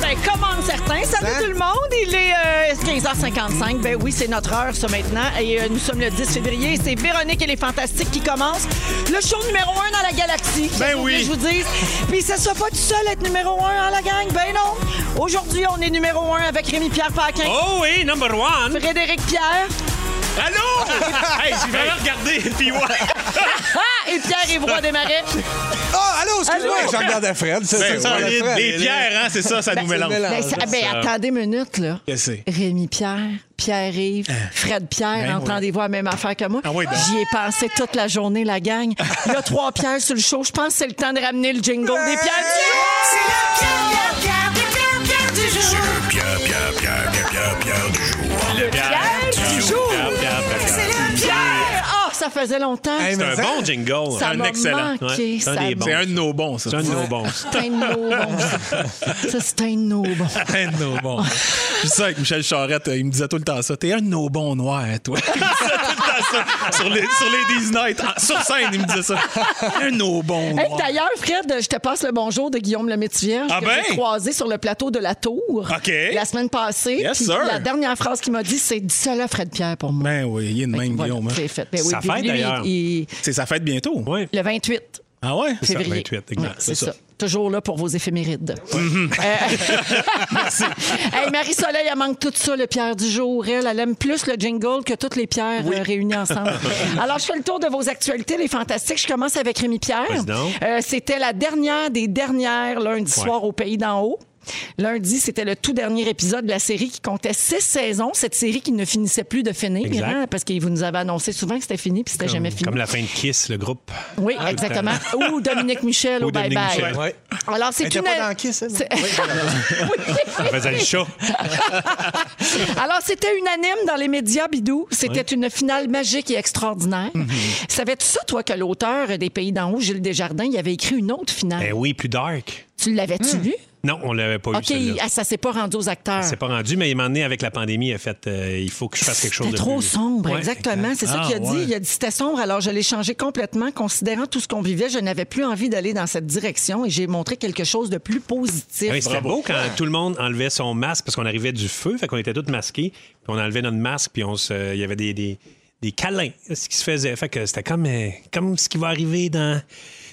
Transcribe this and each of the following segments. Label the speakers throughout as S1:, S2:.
S1: Ben, commande certains. Salut
S2: Hein?
S1: tout le monde. Il est euh, 15h55. Ben oui, c'est notre heure, ça, maintenant. Et euh, nous sommes le 10 février. C'est Véronique et les Fantastiques qui commencent le show numéro 1 dans la galaxie.
S3: Ben
S1: Qu'est-ce que
S3: oui.
S1: Je vous dis. Puis ça sera pas tout seul être numéro 1 à la gang. Ben non. Aujourd'hui, on est numéro 1 avec Rémi-Pierre Paquin.
S3: Oh oui, number one.
S1: Frédéric Pierre.
S3: Allô? hey, j'ai vraiment regardé le PY.
S1: Ah! Et Pierre Évroy Desmarais.
S2: Ah, allô, excuse-moi,
S1: Allô?
S2: j'en regardais Fred. C'est
S3: Ben,
S2: c'est-
S3: ça,
S2: voilà,
S3: les,
S2: Fred.
S3: les pierres, hein, c'est ça, ça nous
S2: c'est le
S3: mélange.
S2: mélange.
S1: Ben, c'est- ah, ben,
S3: ça.
S1: attendez une minute, là.
S3: Qu'est-ce que c'est?
S1: Rémi Pierre, Pierre Yves, Fred Pierre,
S3: Euh. Ben
S1: entendez-vous la même affaire que moi?
S3: Ah oui, ben.
S1: J'y ai pensé toute la journée, la gang. Il y a trois pierres sur le show. Je pense que c'est le temps de ramener le jingle des pierres.
S4: Pierre, Pierre, Pierre, Pierre, Pierre, Pierre du jour.
S3: Le
S1: du
S3: pierre, pierre,
S1: jour.
S3: pierre, pierre, pierre.
S1: Pierre! Ah, ça faisait longtemps.
S2: Hey,
S3: C'est
S2: mais
S3: un
S2: ça-
S3: bon jingle.
S1: Ça
S3: un
S1: m'a
S3: excellent.
S1: manqué,
S3: Ouais, C'est
S1: ça
S3: un
S1: m'a-
S3: des bons.
S1: C'est
S3: un de nos bons, ça. C'est un de nos bons.
S1: C'est un de nos bons. Ça, c'est un de nos bons.
S3: un de nos bons.
S5: Je ça avec Michel Charette, euh, il me disait tout le temps ça. T'es un de nos bons noirs, hein, toi. Il me disait tout le temps ça. Sur, les, sur Ladies Night, en- sur scène, il me disait ça. Un de nos bons
S1: Hey,
S5: noirs.
S1: D'ailleurs, Fred, je te passe le bonjour de Guillaume Lemétivierge
S3: Ah
S1: que
S3: ben?
S1: j'ai croisé sur le plateau de la Tour
S3: OK.
S1: la semaine passée.
S5: Yes,
S1: Puis
S5: sir.
S1: La dernière phrase qu'il m'a dit, c'est « Dis cela, Fred Pierre, pour moi.
S5: Ben oui, il est de »
S1: Fait que
S5: même,
S1: voilà,
S5: Guillaume. hein.
S1: c'est fait. Ben oui,
S3: Sa
S1: puis
S3: fête,
S1: lui,
S3: d'ailleurs.
S1: il-
S5: C'est sa fête bientôt.
S3: Oui.
S1: Le 28
S5: Ah ouais?
S3: ça,
S1: février.
S3: 28, exact,
S1: Ouais, c'est
S3: c'est
S1: ça.
S3: ça.
S1: Toujours là pour vos éphémérides. Euh, hey, Marie-Soleil, elle manque tout ça, le pierre du jour. Elle, elle aime plus le jingle que toutes les pierres euh, réunies ensemble. Alors, je fais le tour de vos actualités, les fantastiques. Je commence avec Rémi Pierre.
S3: Vas-y donc.
S1: Euh, c'était la dernière des dernières lundi soir au Pays d'en haut. Lundi, c'était le tout dernier épisode de la série qui comptait six saisons. Cette série qui ne finissait plus de finir,
S3: Exact.
S1: hein, parce que vous nous avez annoncé souvent que c'était fini, puis c'était jamais fini.
S3: Comme la fin de Kiss, le groupe.
S1: Oui, exactement. Ou Dominique Michel
S3: Ah, Ou
S1: au Bye
S3: Dominique
S1: Bye.
S3: Michel.
S2: Ouais.
S1: Alors,
S2: Elle
S1: c'est
S2: était
S1: une.
S2: pas dans Kiss, elle?
S1: c'est-
S3: On faisait le chat.
S1: Alors, c'était unanime dans les médias, Bidou. C'était une finale magique et extraordinaire.
S3: Mm-hmm.
S1: Savais-tu ça, toi, que l'auteur des Pays d'en haut, Gilles Desjardins, il avait écrit une autre finale?
S3: Ben oui, plus dark.
S1: Tu l'avais-tu lu?
S3: Non, on l'avait pas
S1: OK,
S3: eu, celle-là.
S1: ah, ça s'est pas rendu aux acteurs.
S3: C'est pas rendu, mais il m'a amené avec la pandémie, il a fait euh, il faut que je fasse quelque chose de
S1: C'était trop
S3: plus-
S1: sombre,
S3: Ouais,
S1: exactement.
S3: exact.
S1: C'est ça
S3: Ah,
S1: qu'il a dit.
S3: ouais.
S1: Il a dit c'était sombre, alors je l'ai changé complètement. Considérant tout ce qu'on vivait, je n'avais plus envie d'aller dans cette direction et j'ai montré quelque chose de plus positif.
S3: Ah Oui, c'était beau quand tout le monde enlevait son masque parce qu'on arrivait du feu, fait qu'on était tous masqués, puis on enlevait notre masque, puis on se, il y avait des, des, des câlins, ce qui se faisait. Fait que c'était comme, euh, comme ce qui va arriver dans,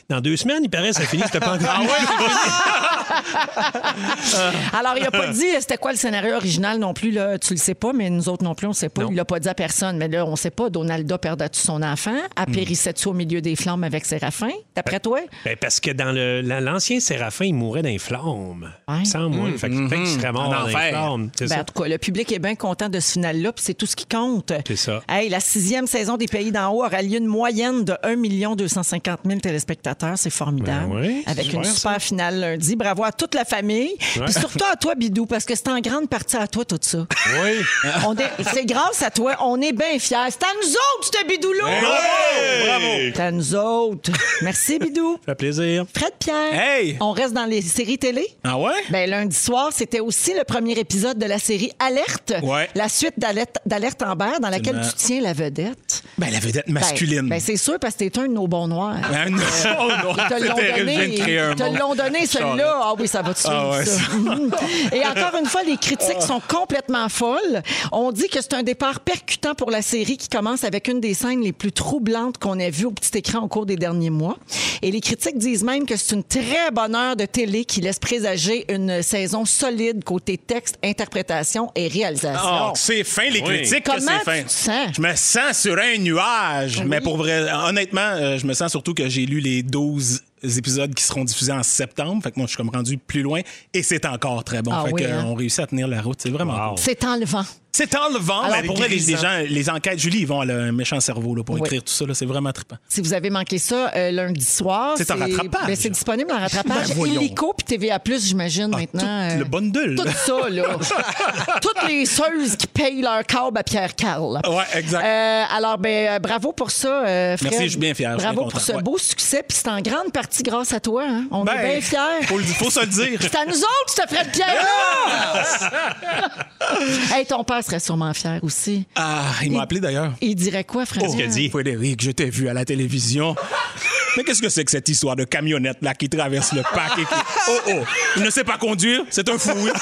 S3: dans deux semaines, il paraît, ça finit, c'était pas Ah
S1: Alors, il n'a pas dit euh, c'était quoi le scénario original non plus. Là. Tu le sais pas, mais nous autres non plus, on ne sait pas. Il l'a pas dit à personne. Mais là, on ne sait pas. Donalda perdait-tu son enfant? Apérissait-tu au milieu des flammes avec Séraphin? D'après toi?
S3: Ben, parce que dans le- la- l'ancien Séraphin, il mourait dans les flammes.
S1: Ouais.
S3: Sans moi. Fait que peut-être qu'il serait mort
S5: En
S3: dans les
S5: Mm-hmm. enfer.
S3: flammes. C'est
S1: Ben, en
S3: ça.
S1: tout cas, le public est bien content de ce final-là, puis c'est tout ce qui compte.
S3: C'est ça.
S1: Hey, la sixième saison des Pays d'en haut aura lieu une moyenne de 1 250 000 téléspectateurs. C'est formidable.
S3: Ben oui, c'est
S1: Avec une
S3: super,
S1: super finale lundi. Bravo à toute la famille. Puis surtout à toi, Bidou, parce que c'est en grande partie à toi, tout ça.
S2: Oui.
S1: On est- C'est grâce à toi, on est bien fiers. C'est à nous autres, ce bidou-là!
S3: Ben
S1: C'est à nous autres. Merci, bidou.
S3: Ça fait plaisir.
S1: Fred Pierre,
S5: Hey!
S1: on reste dans les séries télé.
S5: Ah ouais?
S1: Ben, lundi soir, c'était aussi le premier épisode de la série Alerte,
S5: Ouais.
S1: la suite d'Alerte d'Alerte Amber, dans laquelle tu tiens la vedette.
S5: Ben, la vedette
S1: Ben,
S5: masculine.
S1: Ben, c'est sûr, parce que t'es un de nos bons noirs.
S5: Ah, non, non,
S1: Ils te
S5: c'est
S1: l'ont
S5: terrible, je viens
S1: donné,
S5: de créer un
S1: ils te
S5: monde.
S1: l'ont donné celui-là. Ah oui, ça va te suivre,
S5: Ah ouais,
S1: ça.
S5: ça.
S1: Mhm. Et encore une fois, les critiques sont complètement folles. On dit que c'est un départ percutant pour la série qui commence avec une des scènes les plus troublantes qu'on ait vues au petit écran au cours des derniers mois. Et les critiques disent même que c'est une très bonne heure de télé qui laisse présager une saison solide côté texte, interprétation et réalisation.
S5: Ah, c'est fin, les
S3: Oui.
S5: critiques, que
S1: Comment
S5: c'est fin.
S1: tu te sens?
S5: Je me sens sur un nuage. Mais pour vrai, honnêtement, euh, je me sens surtout que j'ai lu les 12 épisodes qui seront diffusés en septembre. Fait que moi, je suis comme rendu plus loin et c'est encore très bon.
S1: Ah
S5: fait
S1: oui,
S5: que,
S1: hein?
S5: on réussit à tenir la route. C'est vraiment
S3: Wow.
S5: cool.
S1: C'est enlevant.
S5: C'est enlevant,
S1: Alors,
S5: mais pour vrai, les, les
S1: grisant.
S5: gens, les enquêtes, Julie, ils vont à un méchant cerveau là, pour
S1: Oui.
S5: écrire tout ça. là. C'est vraiment trippant.
S1: Si vous avez manqué ça euh, lundi soir,
S5: C'est en rattrapage.
S1: ben, c'est disponible en rattrapage.
S5: Ben, voyons. Ah,
S1: Illico puis TVA j'imagine maintenant. euh,
S5: tout le bundle.
S1: Tout ça là. Toutes les seuses qui payent leur câble à Pierre Carl.
S5: Ouais, exact.
S1: Euh, alors ben euh, bravo pour ça euh, Fred.
S5: Merci, je suis bien fier, je suis
S1: Bravo
S5: bien
S1: pour
S5: content,
S1: ce
S5: ouais.
S1: beau succès puis c'est en grande partie grâce à toi. hein. On
S5: Ben,
S1: est bien fiers.
S5: Faut, le- faut se le dire.
S1: C'est à nous autres, ce Fred Pierre. hey, ton père serait sûrement fier aussi.
S5: Ah, il m'a appelé d'ailleurs. Oh,
S1: Il dirait quoi, Frédéric?
S3: Qu'est-ce qu'il a dit?
S5: Frédéric, je t'ai vu à la télévision. Mais qu'est-ce que c'est que cette histoire de camionnette là qui traverse le parc et qui. Oh oh, il ne sait pas conduire, c'est un fou. hein?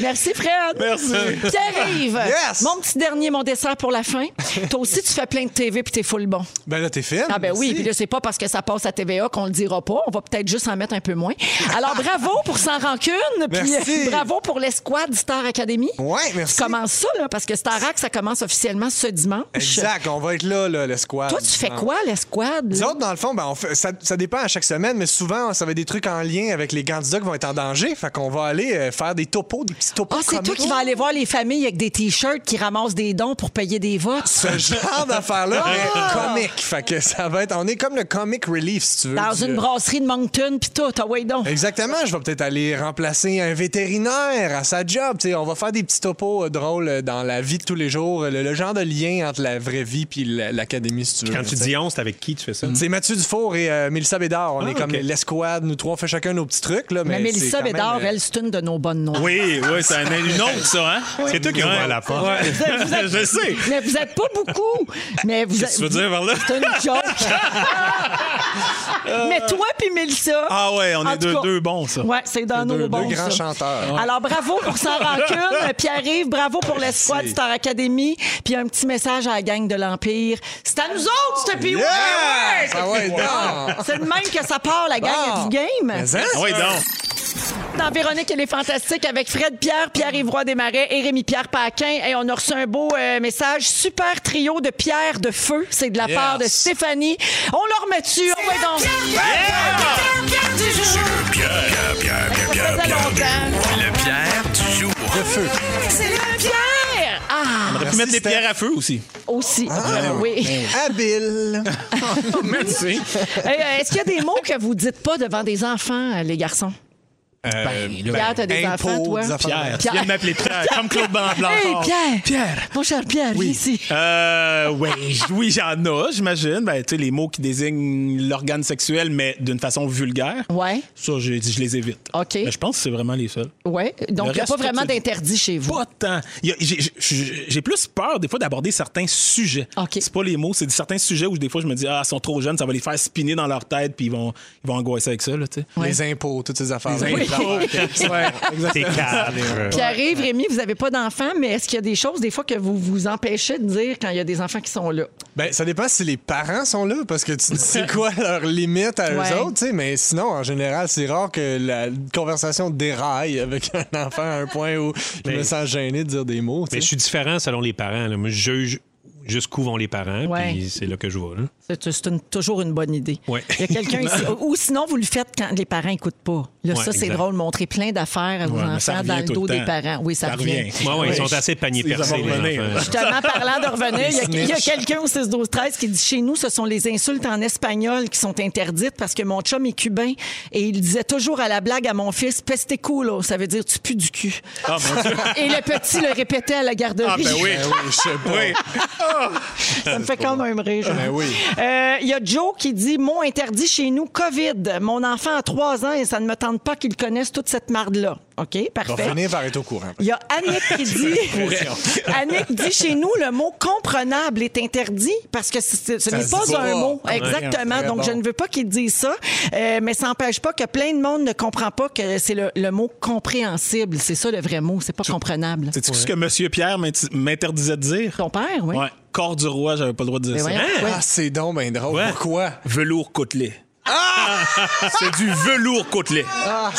S1: Merci, Fred.
S5: Merci.
S1: Pierre-Yves,
S2: Yes.
S1: mon petit dernier, mon dessert pour la fin. Toi aussi, tu fais plein de TV puis t'es full bon.
S2: Ben là, t'es fine.
S1: Ah ben oui,
S2: Merci.
S1: puis là, c'est pas parce que ça passe à TVA qu'on le dira pas. On va peut-être juste en mettre un peu moins. Alors, bravo pour Sans Rancune, puis
S2: Merci.
S1: euh, bravo pour l'escouade Star Academy.
S2: Ouais, merci.
S1: Tu commences ça, là, parce que Starac, ça commence officiellement ce dimanche.
S2: Exact, on va être là, là, le squad.
S1: Toi, tu fais quoi, l'escouade?
S2: Nous
S1: là?
S2: autres, dans le fond, ben, on fait- ça, ça dépend à chaque semaine, mais souvent, ça va être des trucs en lien avec les candidats qui vont être en danger. Fait qu'on va aller euh, faire des topos, des petits
S1: Ah,
S2: topos.
S1: c'est toi
S2: comiques.
S1: qui vas aller voir les familles avec des T-shirts qui ramassent des dons pour payer des votes.
S2: Ce genre d'affaire-là, mais
S1: Ah!
S2: comique. Fait que ça va être. On est comme le comic relief, si tu veux.
S1: Dans
S2: du-
S1: une brasserie de Moncton, puis tout. Ah ouais, donc.
S2: Exactement, je vais peut-être aller remplacer un vétérinaire à sa job. Tu sais, on va faire des petits topos euh, drôles euh, dans la vie de tous les jours, euh, le, le genre de lien entre la vraie vie puis la- l'académie, si tu veux.
S3: Quand tu dis on, c'est avec qui tu fais ça?
S5: Ben,
S2: C'est Mathieu Dufour et euh, Mélissa Bédard. On est comme
S3: Ah, ok.
S2: l'escouade, nous trois, on fait chacun nos petits trucs. Là,
S5: Ben,
S2: mais
S1: Mais Mélissa
S2: c'est quand même,
S1: Bédard,
S2: euh,
S1: elle, c'est une de nos bonnes noms.
S5: Oui, oui, c'est un, une autre, ça, hein?
S3: C'est toi qui
S5: Ouais.
S3: ouvres la porte.
S5: Je sais.
S1: Mais vous êtes pas beaucoup. Mais vous
S5: Qu'est-ce que tu veux dire
S1: êtes-
S5: par là?
S1: C'est une joke. mais toi puis Mélissa.
S5: Ah ouais, on
S1: en
S5: est
S1: tout
S5: deux,
S1: cas-
S5: deux bons, ça.
S1: Ouais, c'est dans nos
S2: deux
S1: bons.
S2: grands
S1: ça.
S2: chanteurs.
S1: Alors bravo pour sans rancune, Pierre-Yves, bravo pour l'escouade Star Academy, puis un petit message à la gang de l'Empire. C'est à nous autres, ce pays.
S2: Yeah!
S1: Ouais, ouais!
S2: Ça va être bon. hein?
S3: Ah
S1: C'est de même que ça part la gang
S2: Bon.
S1: du game.
S2: Mais hein?
S5: Ah Oui, donc.
S1: Dans Véronique, elle est fantastique avec Fred Pierre, Pierre-Yves Roy Desmarais et Rémi-Pierre Paquin. Et on a reçu un beau euh, message. Super trio de Pierre de feu. C'est de la
S2: Yes.
S1: part de Stéphanie. On leur remet dessus. On va donc.
S4: Pierre, Pierre, Pierre, Pierre, Pierre,
S1: Ça faisait
S4: Pierre,
S1: longtemps.
S4: Le Pierre du jour.
S1: C'est le Pierre! Ah,
S5: On aurait pu mettre des
S2: Steph.
S5: pierres à feu aussi.
S1: aussi. Euh, oui.
S2: Habile.
S5: Merci.
S1: Euh, Est-ce qu'il y a des mots que vous dites pas devant des enfants, euh, les garçons?
S3: Euh,
S5: ben,
S3: Ben,
S1: Pierre, t'as des
S2: impôts,
S1: enfants, toi?
S2: des affaires.
S5: Pierre. Tu
S1: Pierre.
S5: viens de m'appeler Pierre, comme Claude Blanc-
S1: Hey,
S5: Blanchard.
S1: Pierre!
S5: Pierre.
S1: Mon cher Pierre, viens ici.
S5: Euh, oui, j- oui, j'en ai, j'imagine. Ben, tu sais, les mots qui désignent l'organe sexuel, mais d'une façon vulgaire.
S1: Ouais.
S5: Ça, je, je les évite.
S1: OK.
S5: Mais je pense que c'est vraiment les seuls.
S1: Ouais.
S5: Le
S1: Donc, il n'y a
S5: reste,
S1: pas vraiment
S5: tout est-
S1: d'interdit chez vous.
S5: Pas tant. Il y a- j'ai- J'ai j'ai plus peur, des fois, d'aborder certains sujets.
S1: OK.
S5: C'est pas les mots, c'est certains sujets où, des fois, je me dis, ah, ils sont trop jeunes, ça va les faire spinner dans leur tête, puis ils vont, ils vont angoisser avec ça, là, tu sais.
S2: Les impôts, toutes ces affaires.
S5: Les impôts.
S2: ouais,
S3: T'es cadre.
S1: Pierre-Yves, Rémi, vous n'avez pas d'enfants, mais est-ce qu'il y a des choses, des fois, que vous vous empêchez de dire quand il y a des enfants qui sont là?
S2: Ben, ça dépend si les parents sont là, parce que tu dis c'est quoi leur limite à
S1: Ouais.
S2: eux autres, tu sais. Mais sinon, en général, c'est rare que la conversation déraille avec un enfant à un point où je me
S3: Mais-
S2: sens gêné de dire des mots. tu
S3: Mais je
S2: sais.
S3: suis différent selon les parents. là. Moi, je juge jusqu'où vont les parents,
S1: Ouais.
S3: puis c'est là que je vois. là.
S1: C'est c'est une- toujours une bonne idée.
S3: Ouais.
S1: Il y a quelqu'un ici. Ou sinon, vous le faites quand les parents n'écoutent pas. Là,
S3: Ouais,
S1: ça, c'est
S3: exact.
S1: drôle, montrer plein d'affaires à vos
S5: Ouais, mais ça
S1: enfants
S5: revient
S1: dans le
S5: tout le
S1: dos des
S5: temps.
S1: parents. Oui, ça,
S5: Ça
S1: revient.
S5: revient.
S3: Ouais, ouais, ils
S5: Ouais,
S3: sont assez panier
S5: ils
S3: percé,
S5: vont
S3: les
S5: revenir,
S3: enfants.
S5: là.
S1: Justement, parlant de revenir, il y a- il y a,
S2: snitchs.
S1: quelqu'un au 6 12 13 qui dit chez nous, ce sont les insultes en espagnol qui sont interdites parce que mon chum est cubain et il disait toujours à la blague à mon fils peste culo, ça veut dire tu pues du cul.
S5: Ah, mon Dieu.
S1: Et le petit le répétait à la garderie.
S5: Ah, ben oui.
S2: Ben oui, je sais pas.
S5: Oui.
S1: Ça me fait quand même rire.
S2: Ben oui.
S1: Euh, Il y a Joe qui dit Mot interdit chez nous, COVID. Mon enfant a trois ans et ça ne me tente pas qu'il connaisse toute cette marde-là. OK,
S2: On va
S5: Ben-
S1: parfait.
S2: finir par être au courant.
S1: Il y a Annick qui dit Annick dit chez nous, le mot comprenable est interdit parce que c'est- ce
S2: Ça
S1: n'est
S2: se
S1: pas
S2: dit
S1: un
S2: pas.
S1: mot.
S2: Ouais,
S1: Exactement.
S2: très
S1: Donc,
S2: bon.
S1: je ne veux pas qu'il dise ça, euh, mais ça n'empêche pas que plein de monde ne comprend pas que c'est le, le mot compréhensible. C'est ça le vrai mot. C'est pas comprenable.
S5: Sais-tu ce que Monsieur Pierre m'inti- m'interdisait de dire?
S1: Ton père, oui.
S5: Ouais. Corps du roi, j'avais pas le droit de dire
S1: Mais
S5: ça.
S1: Ben
S5: Hein?
S1: voyons, ouais.
S2: Ah, c'est donc ben drôle.
S5: Ouais.
S2: Pourquoi?
S5: Velours côtelé. Ah! C'est du velours côtelé.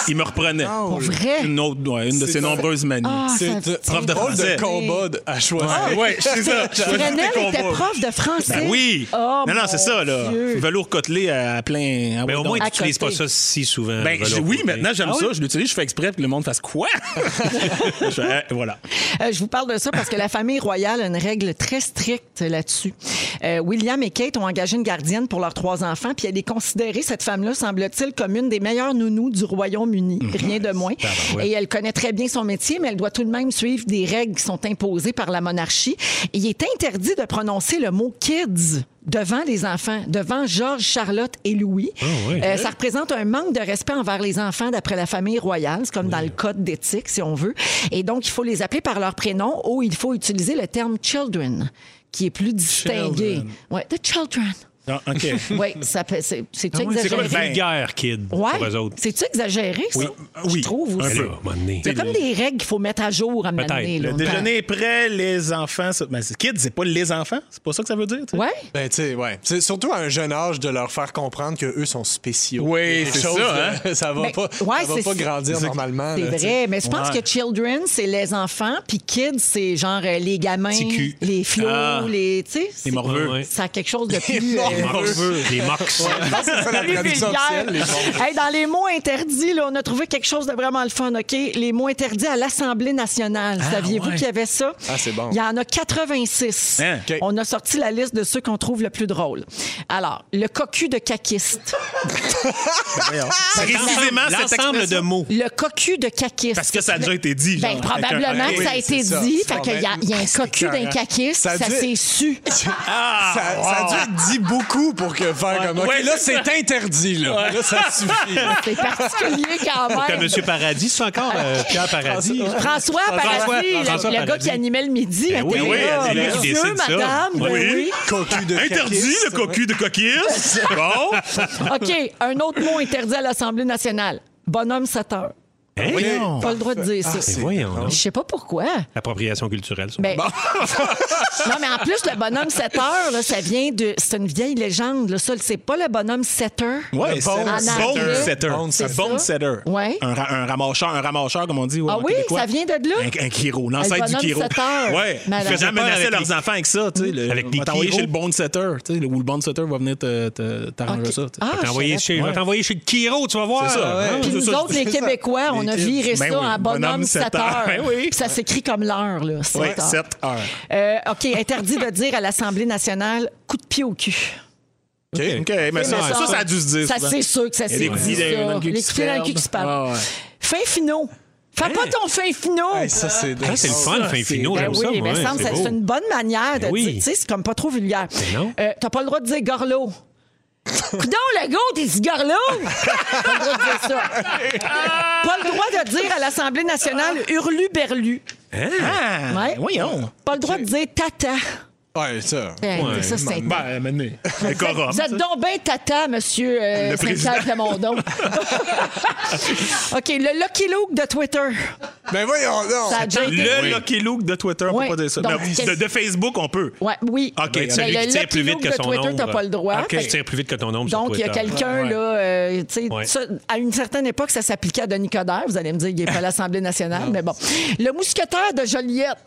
S5: Il me reprenait.
S1: Pour vrai. Ah,
S5: Une, autre, ouais, une de
S2: C'est
S5: ses
S2: ça.
S5: nombreuses manies.
S2: C'est
S1: ça-
S2: un
S5: Prof de
S2: drôle
S5: français.
S2: de combat de- à choisir.
S5: Ouais, c'est ça.
S1: Renel
S5: Choisis tes
S1: était
S5: combats.
S1: prof de français.
S5: Ben oui.
S1: Oh,
S5: non, non,
S1: mon
S5: c'est ça, là.
S1: Dieu.
S5: Velours côtelé à plein. ah oui,
S3: Mais au
S5: donc.
S3: moins, tu
S1: À
S3: n'utilises pas
S1: côté.
S3: ça si souvent.
S5: Ben,
S3: Renaud
S5: je- oui,
S3: Côté.
S5: maintenant, j'aime
S3: Ah
S5: ça.
S3: oui?
S5: Je l'utilise, je fais exprès pour que le monde fasse quoi? Je fais, eh, voilà.
S1: Euh, je vous parle de ça parce que la famille royale a une règle très stricte là-dessus. Euh, William et Kate ont engagé une gardienne pour leurs trois enfants, puis elle est considérée, cette femme-là, semble-t-il, comme une des meilleures nounous du Royaume-Uni,
S5: Mhm.
S1: rien de moins.
S5: Ah, ben
S3: Tabarouette.
S1: Et elle connaît très bien son métier, mais elle doit tout de même suivre des règles qui sont imposées par la monarchie. Il est interdit de prononcer le mot kids devant les enfants, devant Georges, Charlotte et Louis.
S3: oui.
S1: Euh, ça représente un manque de respect envers les enfants d'après la famille royale. C'est comme dans le code d'éthique, si on veut. Et donc, il faut les appeler par leur prénom ou il faut utiliser le terme children qui est plus distingué.
S5: Children.
S1: Ouais, The Children.
S5: Ah, OK.
S1: Oui, ça peut- c'est c'est-tu
S3: Ah C'est comme
S1: exagéré?
S5: Ben,
S3: vulgaire, kid, pour eux
S1: ouais.
S3: autres.
S1: C'est-tu exagéré, ça?
S5: Oui.
S1: Je
S5: Oui,
S1: trouve
S3: Un
S1: aussi.
S3: peu, à un moment donné.
S1: Il y a comme des règles qu'il faut mettre à jour à un moment
S3: Peut-être.
S1: donné,
S3: Le
S1: là.
S5: Le déjeuner est prêt, les enfants. ça- Ben, c'est- kids, c'est pas les enfants. C'est pas ça que ça veut dire. tu sais.
S1: Ouais.
S2: Ben, tu sais, ouais. C'est surtout à un jeune âge de leur faire comprendre qu'eux sont spéciaux.
S5: Oui,
S2: Il y a des
S5: c'est
S2: choses,
S5: ça, hein?
S2: euh, ça va
S1: Mais-
S2: pas,
S1: ouais,
S2: ça va
S1: c'est-
S2: pas grandir normalement.
S1: C'est
S2: là, tu sais.
S1: vrai, mais je pense
S5: Ouais.
S1: que children, c'est les enfants, puis kids, c'est genre euh, les gamins,
S3: Petits culs.
S1: les flots,
S5: Ah.
S1: les. tu sais, c'est-
S5: Les morveux.
S3: Ouais.
S1: Ça a quelque chose de plus. euh,
S3: Les mox. Les mox.
S2: Je pense que c'est ça la
S1: plus
S2: traduction
S1: vulgaire.
S2: officielle, les gens.
S1: Hey, dans les mots interdits, là, on a trouvé quelque chose de vraiment le fun, OK? Les mots interdits à l'Assemblée nationale. Saviez-vous
S5: Ah, ouais.
S1: qu'il y avait ça?
S2: Ah, c'est bon.
S1: Il y en a 86.
S5: Hein?
S2: OK.
S1: On a sorti la liste de ceux qu'on trouve le plus drôle. Alors, le cocu de caquiste.
S5: Voyons. Précisément, cette
S3: L'ensemble de
S5: expression-
S3: mots.
S1: Le cocu de caquiste.
S5: Parce que ça a déjà été dit.
S1: Ben,
S5: genre,
S1: probablement
S5: avec
S1: que
S5: un-
S1: ça a
S2: oui,
S1: été
S2: c'est ça.
S1: dit.
S2: Bon,
S1: Fait qu'il y, a-
S2: ben,
S1: il y a un
S2: c'est
S1: cocu d'un
S2: écœurant.
S1: caquiste,
S2: Ça a
S1: ça,
S2: dû-
S1: s'est su.
S2: ça, ça a dû être dit beaucoup pour que faire comme OK,
S5: Ah, Ouais,
S2: là,
S5: c'est
S2: c'est interdit, là. Là, ça suffit.
S1: C'est particulier quand
S3: Que
S1: même.
S3: M. Paradis, c'est encore euh, Pierre Paradis.
S1: François Paradis,
S3: François-
S1: le-
S3: François
S1: le, gars
S3: Paradis.
S1: qui animait le midi, hein,
S3: Ben oui,
S1: était
S3: oui,
S1: là.
S3: c'est lui qui
S1: Monsieur,
S3: décide ça.
S1: madame, ben
S3: Oui.
S1: oui.
S2: Cocu de
S5: Interdit
S2: caquiste.
S5: le cocu de coquisse. Bon.
S1: OK, un autre mot interdit à l'Assemblée nationale. Bonhomme 7 heures.
S3: Hein?
S2: Voyons.
S1: Pas le droit de dire
S5: Ah,
S1: ça.
S3: Mais voyons, non.
S1: Je sais pas pourquoi.
S3: L'appropriation culturelle. ça.
S1: Ben- non, mais en plus, le bonhomme 7 heures, là, ça vient de. C'est une vieille légende, là, ça. C'est pas le bonhomme 7 heures.
S5: Ouais,
S2: Le
S5: c'est-
S2: bone
S5: bone
S1: setter. anglais.
S5: setter.
S2: Bone
S5: Un
S1: setter.
S5: bone setter.
S1: Ouais.
S5: Un, ra- un ramacheur, un ramacheur, comme on dit. ouais,
S1: Ah
S5: en
S1: oui,
S5: québécois.
S1: ça vient de là?
S5: Un, un chiro, l'ancêtre du
S1: bonhomme
S5: chiro.
S1: setter.
S5: Ouais. Ils
S1: Malade.
S5: faisaient
S3: Ils faisaient peur
S5: menacer
S3: avec
S5: leurs
S3: les-
S5: enfants avec ça. tu sais, le-
S3: Avec
S5: on
S3: des
S5: va t'envoyer
S3: chiros.
S5: chez le bone setter, tu sais, le- où le bone setter va venir te- te- t'arranger
S1: OK.
S5: ça. tu sais.
S1: Ah,
S3: Je vais t'envoyer chez- je vais t'envoyer chez Kiro, tu vas voir.
S5: C'est ça,
S3: Hein?
S5: ouais.
S1: Puis nous
S5: C'est ça,
S1: autres, les
S5: c'est ça.
S1: Québécois, on a
S5: Les kids,
S1: viré
S5: ben
S1: ça
S5: oui,
S1: en bonhomme
S5: bonhomme
S1: 7
S5: sept
S1: heures.
S5: heures. Ben oui.
S1: Puis ça s'écrit comme l'heure, là. 7
S5: Ouais,
S1: heures.
S5: sept heures.
S1: Euh, OK, interdit de dire à l'Assemblée nationale coup de pied au cul.
S5: OK, mais ça,
S1: Mais
S5: ça, ça a dû se dire.
S1: Ça,
S5: souvent.
S1: c'est sûr que ça s'est
S5: des coups
S1: dit.
S5: de pied dans
S1: ça.
S5: le cul qui
S1: Les
S5: se
S1: coups de pied dans le cul qui se
S5: perdent.
S1: parle.
S5: Ah Hein? ouais.
S1: Fin finaux. Fais pas ton fin finaux.
S2: Hey, ça, c'est
S3: Ah, c'est le fun, fin finaux,
S1: Ben
S3: j'aime
S1: oui,
S3: ça.
S1: mais
S3: moi,
S1: semble
S3: c'est
S1: que
S3: beau.
S1: c'est une bonne manière de
S3: Ben oui.
S1: dire. Tu sais, c'est comme pas trop vulgaire.
S3: Ben non.
S1: Euh, T'as pas le droit de dire gorlot. Coudon, le gars, t'es dit gorlot? pas le droit de dire ça. pas le droit de dire à l'Assemblée nationale hurlu-berlu.
S5: Ah,
S1: Ouais.
S5: voyons.
S1: Pas le droit de dire tata.
S2: Ouais, ça.
S1: Hey, ça, c'est
S5: Ben, à un moment donné, le quorum.
S1: vous êtes donc bien tata, monsieur euh,
S5: Le président.
S1: Saint-Pierre-Plamondon. OK, le Lucky Luke de Twitter.
S2: Ben voyons, non.
S1: Ça a déjà été-
S5: Le Lucky Luke de Twitter, on
S1: Ouais.
S5: peut pas dire ça. Ben,
S1: Donc,
S5: Mais
S1: qu'est-ce-
S5: de, de Facebook, on peut.
S1: Ouais, oui.
S5: OK,
S3: Doit être
S5: Mais
S1: Mais
S3: celui
S1: ben, le
S3: qui tire plus
S1: Lucky
S3: vite
S1: Luke
S3: que
S1: de
S3: son
S1: Twitter,
S3: ombre.
S1: t'as pas le droit.
S3: Ok.
S1: Fait-
S3: Tu tires plus vite que ton ombre
S1: Donc,
S3: sur
S1: il y a
S3: Twitter.
S1: quelqu'un,
S5: Ouais.
S1: là, euh, tu sais,
S3: Ouais.
S1: ça, à une certaine époque, ça s'appliquait à Denis Coderre. Vous allez me dire, il n'est pas à l'Assemblée nationale, mais bon. Le mousquetaire de Joliette.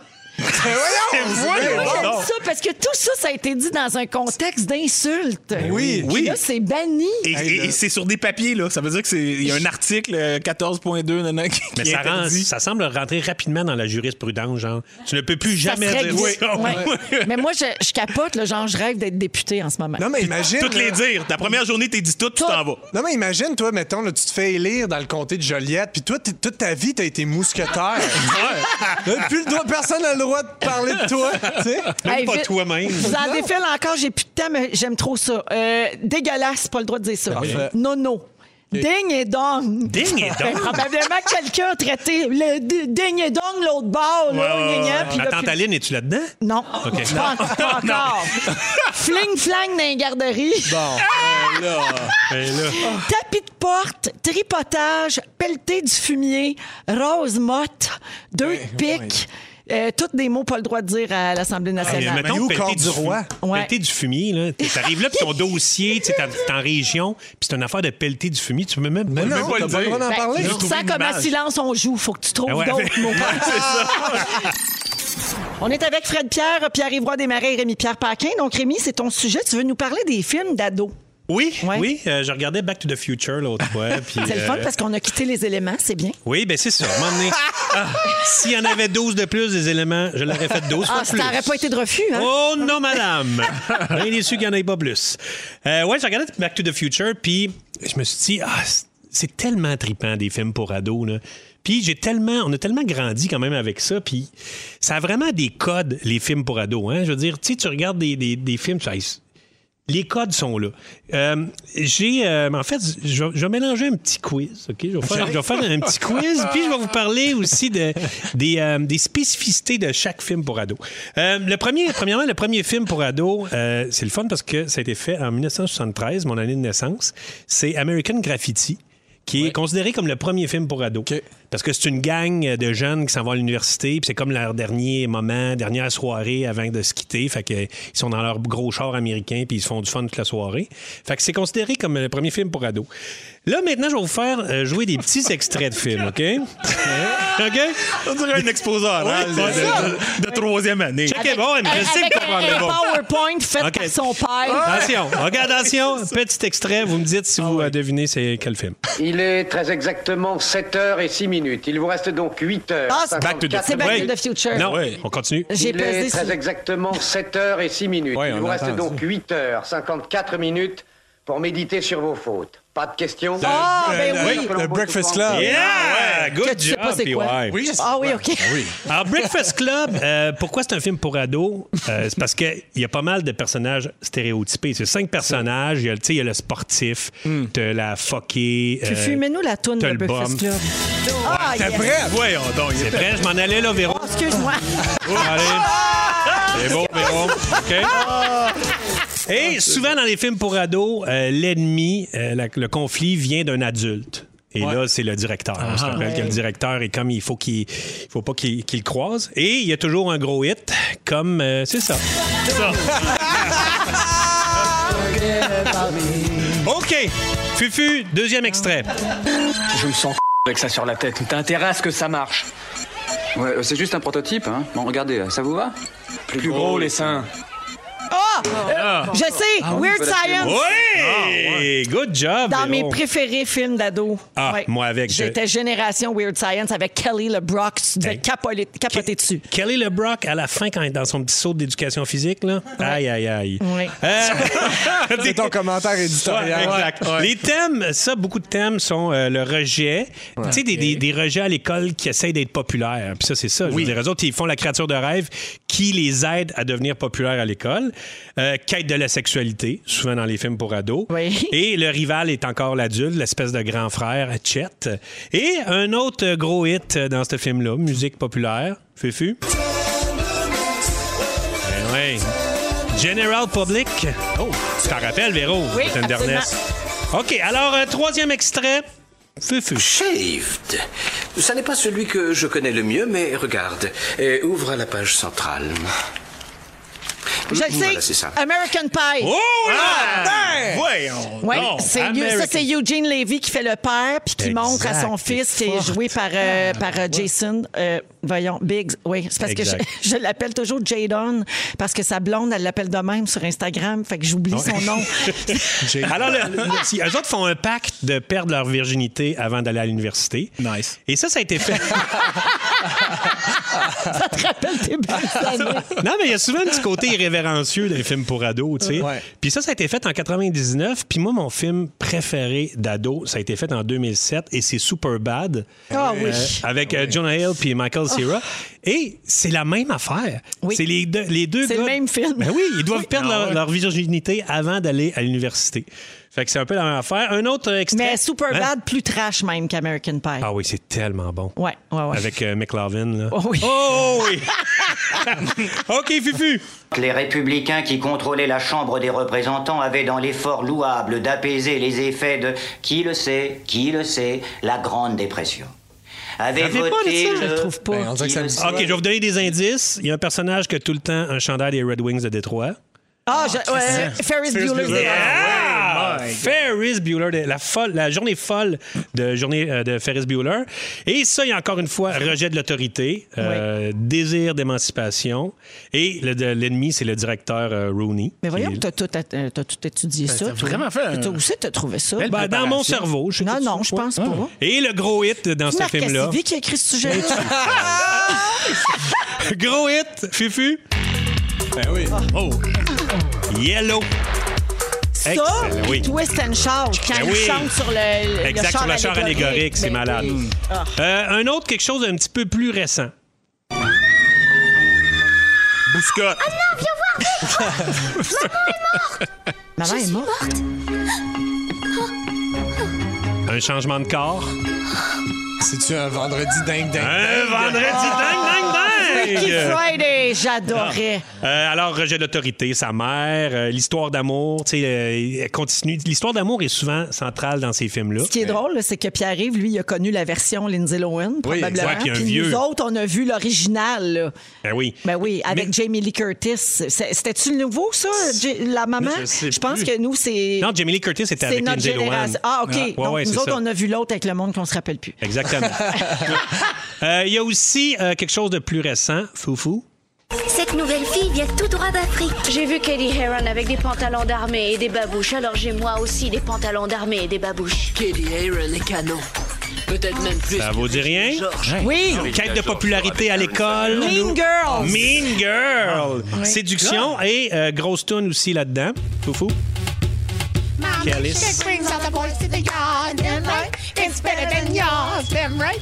S3: Oh,
S2: Ben voyons, c'est
S5: voyons.
S2: bien
S1: Moi,
S2: bon.
S1: j'aime
S5: non.
S1: ça parce que tout ça, ça a été dit dans un contexte d'insulte.
S2: oui.
S1: Puis
S5: Oui.
S1: là, c'est banni.
S5: Et,
S2: Hey,
S5: et-
S2: le-
S5: et c'est sur des papiers, là. Ça veut dire que c'est il y a un article euh, 14.2 nanana, qui,
S3: Mais
S5: qui
S3: ça, rend-
S5: interdit.
S3: ça semble rentrer rapidement dans la jurisprudence, genre. Tu ne peux plus
S1: Ça se
S3: jamais
S1: règle.
S3: dire ça.
S1: Ouais. mais moi, je, je capote, là, genre, je rêve d'être député en ce moment.
S2: Non, mais imagine.
S5: Toutes les
S2: là.
S5: dire. Ta première journée, t'es dit tout, tu t'en vas.
S2: Non, mais imagine, toi, mettons, là, tu te fais élire dans le comté de Joliette, puis toi, t'es- toute ta vie, t'as été mousquetaire. Là, plus le droit, personne n'a le droit de parler de toi, tu sais.
S3: Même pas
S1: vite.
S3: toi-même.
S1: Je Vous en défile encore, j'ai plus de temps, mais j'aime trop ça. Euh, dégueulasse, pas le droit de dire ça.
S2: Parfait.
S1: Non, non. Ding et dong.
S3: Ding et
S1: Ben,
S3: dong.
S1: probablement que quelqu'un a traité le d- ding et dong l'autre bord, là,
S5: Ouais, ouais,
S1: gna, gna,
S5: ouais.
S1: puis
S3: La
S1: là, puis-
S3: tantaline, Ah. es-tu là-dedans?
S1: Non,
S3: OK.
S1: pas, pas encore. Fling-flang dans les garderies,
S2: Bon, euh, là.
S1: Ah!
S3: Ben là,
S1: tapis de porte, tripotage, pelleté du fumier, rose motte, deux de pique. Euh, toutes des mots pas le droit de dire à l'Assemblée
S3: Ah, mais
S1: nationale.
S3: mettons,
S2: Mario
S3: pelleter
S2: Corps
S3: du
S2: du
S3: fu-
S2: Roi.
S1: Ouais.
S3: Pelleter du fumier, là. T'es- T'arrives là, puis ton dossier, tu sais, t'es en- t'es en région, puis c'est une affaire de pelleter du fumier. Tu peux même
S2: Mais
S3: même
S2: non,
S5: pas
S2: t'as
S5: le
S2: pas le
S5: dire.
S2: droit d'en
S1: Ben,
S2: parler.
S1: tu
S5: J'ai trouvé
S1: sens
S5: une
S1: comme à
S5: image.
S1: silence, on joue. Faut que tu trouves
S3: Ah ouais.
S1: d'autres mots. On est avec Fred Pierre, Pierre-Yves Roy Desmarais et Rémi-Pierre Paquin. Donc, Rémi, c'est ton sujet. Tu veux nous parler des films d'ados.
S3: Oui,
S1: Ouais.
S3: oui. euh, je regardais Back to the Future l'autre fois. puis,
S1: C'est le fun
S3: euh,
S1: parce qu'on a quitté les éléments. C'est bien.
S3: Oui, ben c'est ça. à un moment donné, ah, S'il y en avait 12 de plus des éléments, je l'aurais fait 12 fois
S1: Ah, ça
S3: plus.
S1: n'aurait pas été de refus, hein?
S3: Oh non, madame! Bien déçu qu'il n'y en ait pas plus. Euh, ouais, j'ai regardé Back to the Future, puis je me suis dit, ah, c'est- c'est tellement trippant des films pour ados, là. Puis j'ai tellement, on a tellement grandi quand même avec ça, puis ça a vraiment des codes, les films pour ados, hein. Je veux dire, tu sais, tu regardes des, des- des films, tu sais, Les codes sont là. Euh, j'ai, euh, en fait, je, vais- je vais mélanger un petit quiz, OK? Je vais faire, je vais faire un petit quiz, puis je vais vous parler aussi de, des, euh, des spécificités de chaque film pour ado. Euh, le premier, premièrement, le premier film pour ado, euh, c'est le fun parce que ça a été fait en 1973, mon année de naissance. C'est American Graffiti qui est considéré comme le premier film pour ados.
S2: OK.
S3: Parce que c'est une gang euh, de jeunes qui s'en vont à l'université, puis c'est comme leur dernier moment, dernière soirée avant de se quitter. Fait que, euh, ils sont dans leur gros char américain, puis ils se font du fun toute la soirée. Fait que c'est considéré comme le premier film pour ados. Là, maintenant, je vais vous faire euh, jouer des petits extraits de films, OK? OK?
S5: On dirait un exposé oral de, de- de troisième année.
S3: Check it, bon, mais je sais
S1: Avec
S3: que t'as
S1: un,
S3: pas
S1: PowerPoint fait
S3: Ok. Ah,
S1: par son père.
S3: Attention, OK, attention, petit extrait, vous me dites si
S5: Ah
S3: vous euh, devinez c'est quel film.
S6: Il est très exactement 7 heures et 6 minutes. Il vous reste donc 8 heures.
S1: Ah, c'est back
S5: to the-
S6: 54
S1: C'est Back
S3: Ouais.
S1: to the Future.
S3: Non,
S5: Ouais.
S3: on continue.
S1: J'ai
S6: Il est
S1: pesé
S6: très
S1: sur-
S6: exactement 7 heures et 6 minutes.
S2: Ouais,
S6: Il
S2: on
S6: vous reste
S2: entend
S6: donc 8 heures, 54 minutes pour méditer sur vos fautes. Pas de questions
S1: Ah, ben
S2: le,
S1: oui.
S2: euh, le Breakfast Club.
S3: Yeah! Good
S1: Ah Que tu sais
S3: job,
S1: pas c'est quoi.
S3: PY.
S2: Oui, je sais
S1: Ah oui,
S2: pas.
S1: OK.
S3: Alors, Breakfast Club, euh, pourquoi c'est un film pour ados? Euh, c'est parce qu'il y a pas mal de personnages stéréotypés. C'est cinq personnages. Il y a, le- tu sais, il y a le sportif, t'as la fuckée. euh,
S1: Fufu, mets-nous la toune
S3: t'as
S1: de
S3: le
S1: Breakfast
S3: bum.
S1: Club. Ah,
S2: T'es
S1: yes.
S2: prêt?
S3: Voyons donc, c'est prêt, je m'en allais là, Véro.
S1: Oh, Excuse-moi.
S3: Allez. C'est bon, Véro. OK. Et souvent, dans les films pour ados, euh, l'ennemi, euh, la- le conflit vient d'un adulte. Et là, c'est le directeur. On se rappelle que le directeur est comme il faut qu'il il faut pas qu'il qu'il le croise. Et il y a toujours un gros hit, comme euh, c'est ça. Ça. OK. Fufu, deuxième extrait.
S7: Je me sens avec ça sur la tête. T'as intérêt à ce que ça marche.
S8: Ouais, euh, c'est juste un prototype, hein. Bon, regardez, là, ça vous va Plus, gros, les seins.
S1: Ah! Euh, Je sais, Weird
S8: voilà, c'est
S1: Science.
S3: Oui! Good job.
S1: Dans mes
S3: Véro.
S1: préférés films d'ado.
S3: Ah, moi avec, je-
S1: J'étais génération Weird Science avec Kelly LeBrock. Tu devais
S3: Hey.
S1: capoler- capoter dessus.
S3: Kelly LeBrock, à la fin, quand elle est dans son petit saut d'éducation physique, là. Aïe, aïe, aïe.
S1: Ouais.
S3: Euh,
S2: C'est ton commentaire éditorial.
S3: Ouais, exact. Les thèmes, ça, beaucoup de thèmes sont euh, le rejet. Tu sais, des, des- des rejets à l'école qui essayent d'être populaires. Puis ça, c'est ça. Oui. Les autres, ils font la créature de rêve qui les aide à devenir populaires à l'école. Euh, quête de la sexualité, souvent dans les films pour ados.
S1: Oui.
S3: Et le rival est encore l'adulte, l'espèce de grand frère, Chet. Et un autre euh, gros hit euh, dans ce film-là, musique populaire, Fufu. Ben oui. General Public. Oh, tu t'en rappelles, Véro?
S1: Oui,
S3: C'est une dernière. OK, alors, euh, troisième extrait. Fufu.
S9: Shaved. Ça n'est pas celui que je connais le mieux, mais regarde. Et ouvre à la page centrale.
S1: Je le
S9: Voilà,
S1: sais,
S9: c'est ça.
S1: American Pie. Ah.
S3: Oh
S1: ben!
S5: Voyons.
S1: Ouais,
S3: non,
S1: c'est Eu- ça,
S3: Oh, American.
S1: c'est Eugene Levy qui fait le père puis qui
S3: Exact,
S1: montre à son
S3: t'es
S1: fils qui est
S3: forte.
S1: joué par, euh, par euh, Jason, euh, voyons, Biggs. Oui, c'est parce
S3: Exact.
S1: que je, je l'appelle toujours Jadon parce que sa blonde, elle l'appelle de même sur Instagram. Fait que j'oublie son nom.
S3: Alors, le, le- si- eux autres font un pacte de perdre leur virginité avant d'aller à l'université.
S5: Nice.
S3: Et ça, ça a été fait.
S1: Rappelle tes belles années.
S3: non, mais il y a souvent un petit côté irrévérencieux d'un film pour ados, tu sais.
S2: Ouais.
S3: Puis ça, ça a été fait en 99. Puis moi, mon film préféré d'ado, ça a été fait en 2007 et c'est Super Bad.
S1: Ah oui. Ah.
S3: avec euh, Jonah Hill puis Michael Cera. Et c'est la même affaire.
S1: Oui.
S3: C'est les deux, les deux
S1: C'est
S3: gars-
S1: le même film.
S3: Ben oui, ils doivent perdre
S1: Ah
S3: leur, leur virginité avant d'aller à l'université. Fait que c'est un peu la même affaire. Un autre extrait.
S1: Mais
S3: Hein?
S1: Superbad, plus trash même qu'American Pie.
S3: Ah oui, c'est tellement bon.
S1: Ouais, ouais, ouais.
S3: Avec euh, McLovin, là.
S1: Oh oui.
S3: Oh oui! OK, Fufu!
S10: Les républicains qui contrôlaient la Chambre des représentants avaient dans l'effort louable d'apaiser les effets de, qui le sait, qui le sait, la Grande Dépression. Avaient
S3: Ça fait pas
S10: voté
S3: de ça,
S1: Je le trouve pas.
S2: Ben, on dirait que ça me dit-
S3: Ah, OK, je vais vous donner des indices. Il y a un personnage qui a tout le temps un chandail des Red Wings de Détroit.
S1: Ah, je- ouais, Ferris Bueller.
S2: Bueller.
S3: Yeah!
S1: Oh
S3: Ferris Bueller, de- la, folle, la journée folle de, journée, euh, de Ferris Bueller. Et ça, il y a encore une fois rejet de l'autorité, euh, désir d'émancipation. Et le- de- l'ennemi, c'est le directeur euh, Rooney.
S1: Mais
S3: qui
S1: voyons,
S3: est-
S1: t'as tout, att- euh, t'as tout étudié ça.
S5: t'as
S1: toi.
S5: vraiment fait un-
S1: Toi aussi, t'as trouvé ça.
S5: Belle
S3: Ben, dans mon cerveau. sais
S1: non,
S3: que tu-
S1: non, je pense pas.
S3: Et le gros hit dans ce
S1: Marc
S3: film-là.
S1: Cassidy qui a écrit ce sujet.
S3: Gros hit, Fufu.
S2: Ben oui.
S1: Ah.
S3: Yellow.
S1: ça,
S3: Excellent, Eh, ben oui.
S1: puis Twist and Shout, quand
S3: Ben
S1: il
S3: oui.
S1: chante sur le, le- le
S3: Exact,
S1: char
S3: sur la char allégorique, c'est
S1: Ben
S3: malade.
S1: oui. Ah.
S3: Euh, un autre, quelque chose d'un petit peu plus récent.
S5: Bouscotte.
S1: Ah
S11: Viens voir
S1: Maman est morte.
S3: Un changement de corps.
S2: C'est-tu un vendredi dingue dingue?
S5: Hein?
S3: Un
S1: Ah,
S3: vendredi dingue, dingue,
S1: Freaky
S3: dingue!
S1: Friday, j'adorais.
S3: Euh, alors, rejet d'autorité, sa mère, euh, l'histoire d'amour, tu sais, euh, elle continue. L'histoire d'amour est souvent centrale dans ces films-là.
S1: Ce qui est drôle, là, c'est que Pierre-Yves, lui, il a connu la version Lindsay Lohan, probablement.
S3: exact, puis un
S1: Puis
S3: vieux.
S1: nous autres, on a vu l'original. là.
S3: Ben oui.
S1: Ben oui, avec Jamie Lee Curtis. C'est- C'était-tu le nouveau, ça, J- la maman?
S3: Je sais
S1: pense
S3: plus.
S1: que nous, c'est...
S3: Non, Jamie Lee Curtis était
S1: C'est
S3: avec
S1: notre
S3: Lindsay Lohan.
S1: génération. Ah, OK.
S3: Ouais,
S1: Donc,
S3: ouais,
S1: nous
S3: c'est
S1: autres,
S3: ça.
S1: on a vu l'autre avec le monde qu'on se rappelle plus.
S3: Exactement. Euh, Il y a aussi euh, quelque chose de plus récent, Foufou.
S11: Cette nouvelle fille vient tout droit d'Afrique.
S12: J'ai vu Kelly Heron avec des pantalons d'armée et des babouches, alors j'ai moi aussi des pantalons d'armée et des babouches.
S13: Kelly Aaron est canon. Peut-être même plus.
S3: Ça vous dit rien?
S1: Oui.
S3: Quête de popularité à l'école.
S1: Mean Girls.
S3: Mean Girl.
S1: Oui.
S3: Séduction et euh, grosse tune aussi là-dedans. Foufou. Calice.
S14: It brings all the boys to the yard, them right. hein? It's better than yours, them right.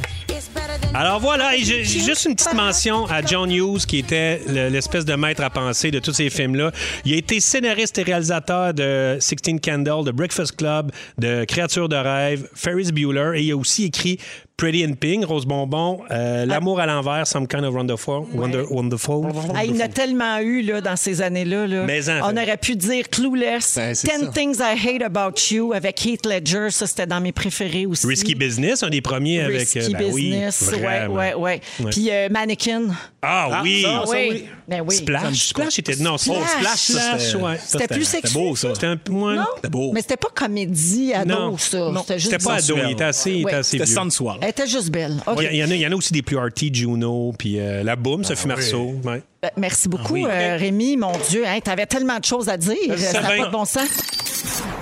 S3: Alors voilà, et j'ai- j'ai juste une petite mention à John Hughes, qui était le- l'espèce de maître à penser de tous ces films-là. Il a été scénariste et réalisateur de Sixteen Candles, de Breakfast Club, de Créatures de rêve, Ferris Bueller, et il a aussi écrit Pretty in Pink, Rose Bonbon, euh, L'amour à l'envers, Some Kind of Wonderful. Wonder, wonderful.
S1: Ah, il en a tellement eu là, dans ces années-là. là.
S3: Mais en fait. Ben,
S1: On aurait pu dire Clueless,
S3: c'est
S1: Ten
S3: ça.
S1: Things I Hate About You avec Heath Ledger. Ça, c'était dans mes préférés aussi.
S3: Risky Business, un des premiers
S1: Risky
S3: avec. euh, ben oui,
S1: Business, ouais,
S3: vraiment.
S1: ouais, ouais.
S3: Ouais.
S1: Puis euh, Mannequin.
S3: Ah, oui.
S1: Ah, oui. Ben oui.
S3: Splash, Splash était non,
S1: Splash.
S3: oh,
S1: Splash,
S3: Splash, Splash, ouais.
S1: ça, c'était- C'était plus c'était sexueux, beau, ça.
S3: C'était un peu moins. C'était beau.
S1: Mais c'était pas comédie ado,
S3: Non.
S1: ça.
S3: Non.
S1: C'était juste
S3: C'était pas ado,
S1: sensuel.
S3: il était assez- il était assez C'était vieux. sensuel.
S1: Elle était juste belle. OK.
S3: Il y, en a- il y en a aussi des plus arty, Juno, puis euh, La Boum, Sophie Marceau. ouais.
S1: Ben, Merci beaucoup,
S3: Ah oui.
S1: euh, Rémi. Mon Dieu, hein, t'avais tellement de choses à dire.
S3: Merci,
S1: Ça n'a
S3: Sabine.
S1: pas de bon sens.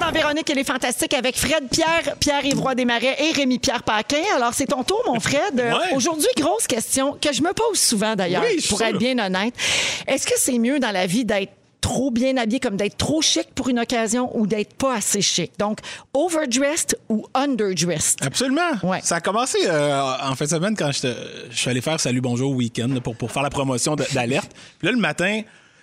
S1: Dans Véronique, elle est fantastique avec Fred Pierre, Pierre-Yves Roy Desmarais et Rémi-Pierre Paquin. Alors, c'est ton tour, mon Fred. Euh,
S15: Ouais.
S1: Aujourd'hui, grosse question que je me pose souvent, d'ailleurs,
S15: Oui, je suis
S1: pour
S15: sûr.
S1: être bien honnête. Est-ce que c'est mieux dans la vie d'être trop bien habillé, comme d'être trop chic pour une occasion ou d'être pas assez chic? Donc, overdressed ou underdressed?
S5: Absolument. Ça a commencé euh, en fin de semaine quand j'étais- je suis allé faire Salut Bonjour Week-end là, pour, pour faire la promotion de- d'Alerte. Puis là, le matin,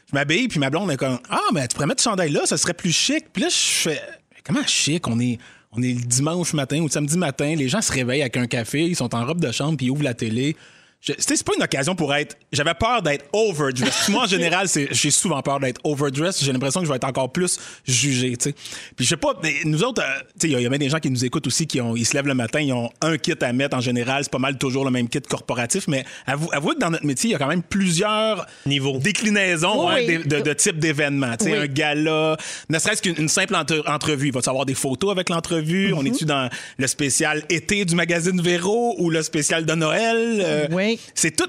S5: je m'habille, puis ma blonde est comme Ah, mais tu pourrais mettre ce chandail-là, ça serait plus chic. Puis là, je fais Comment chic On est, on est le dimanche matin ou le samedi matin, les gens se réveillent avec un café, ils sont en robe de chambre, puis ils ouvrent la télé. Je- tu sais, C'est pas une occasion pour être. J'avais peur d'être overdressed. Moi, en général, c'est- j'ai souvent peur d'être overdressed. J'ai l'impression que je vais être encore plus jugé. tu sais. Puis je sais pas, mais nous autres, euh, tu sais, il y a- il y a même des gens qui nous écoutent aussi, qui ont, ils se lèvent le matin, ils ont un kit à mettre en général. C'est pas mal toujours le même kit corporatif, mais avou- avouez que dans notre métier, il y a quand même plusieurs
S3: niveaux
S5: déclinaisons
S3: Oui,
S5: hein,
S3: oui.
S5: de, de- de type d'événement. Tu sais,
S3: Oui.
S5: Un gala, ne serait-ce qu'une une simple entre- entrevue. Il va savoir des photos avec l'entrevue.
S3: Mhm.
S5: On est-tu dans le spécial été du magazine Véro ou le spécial de Noël? Euh, C'est tout.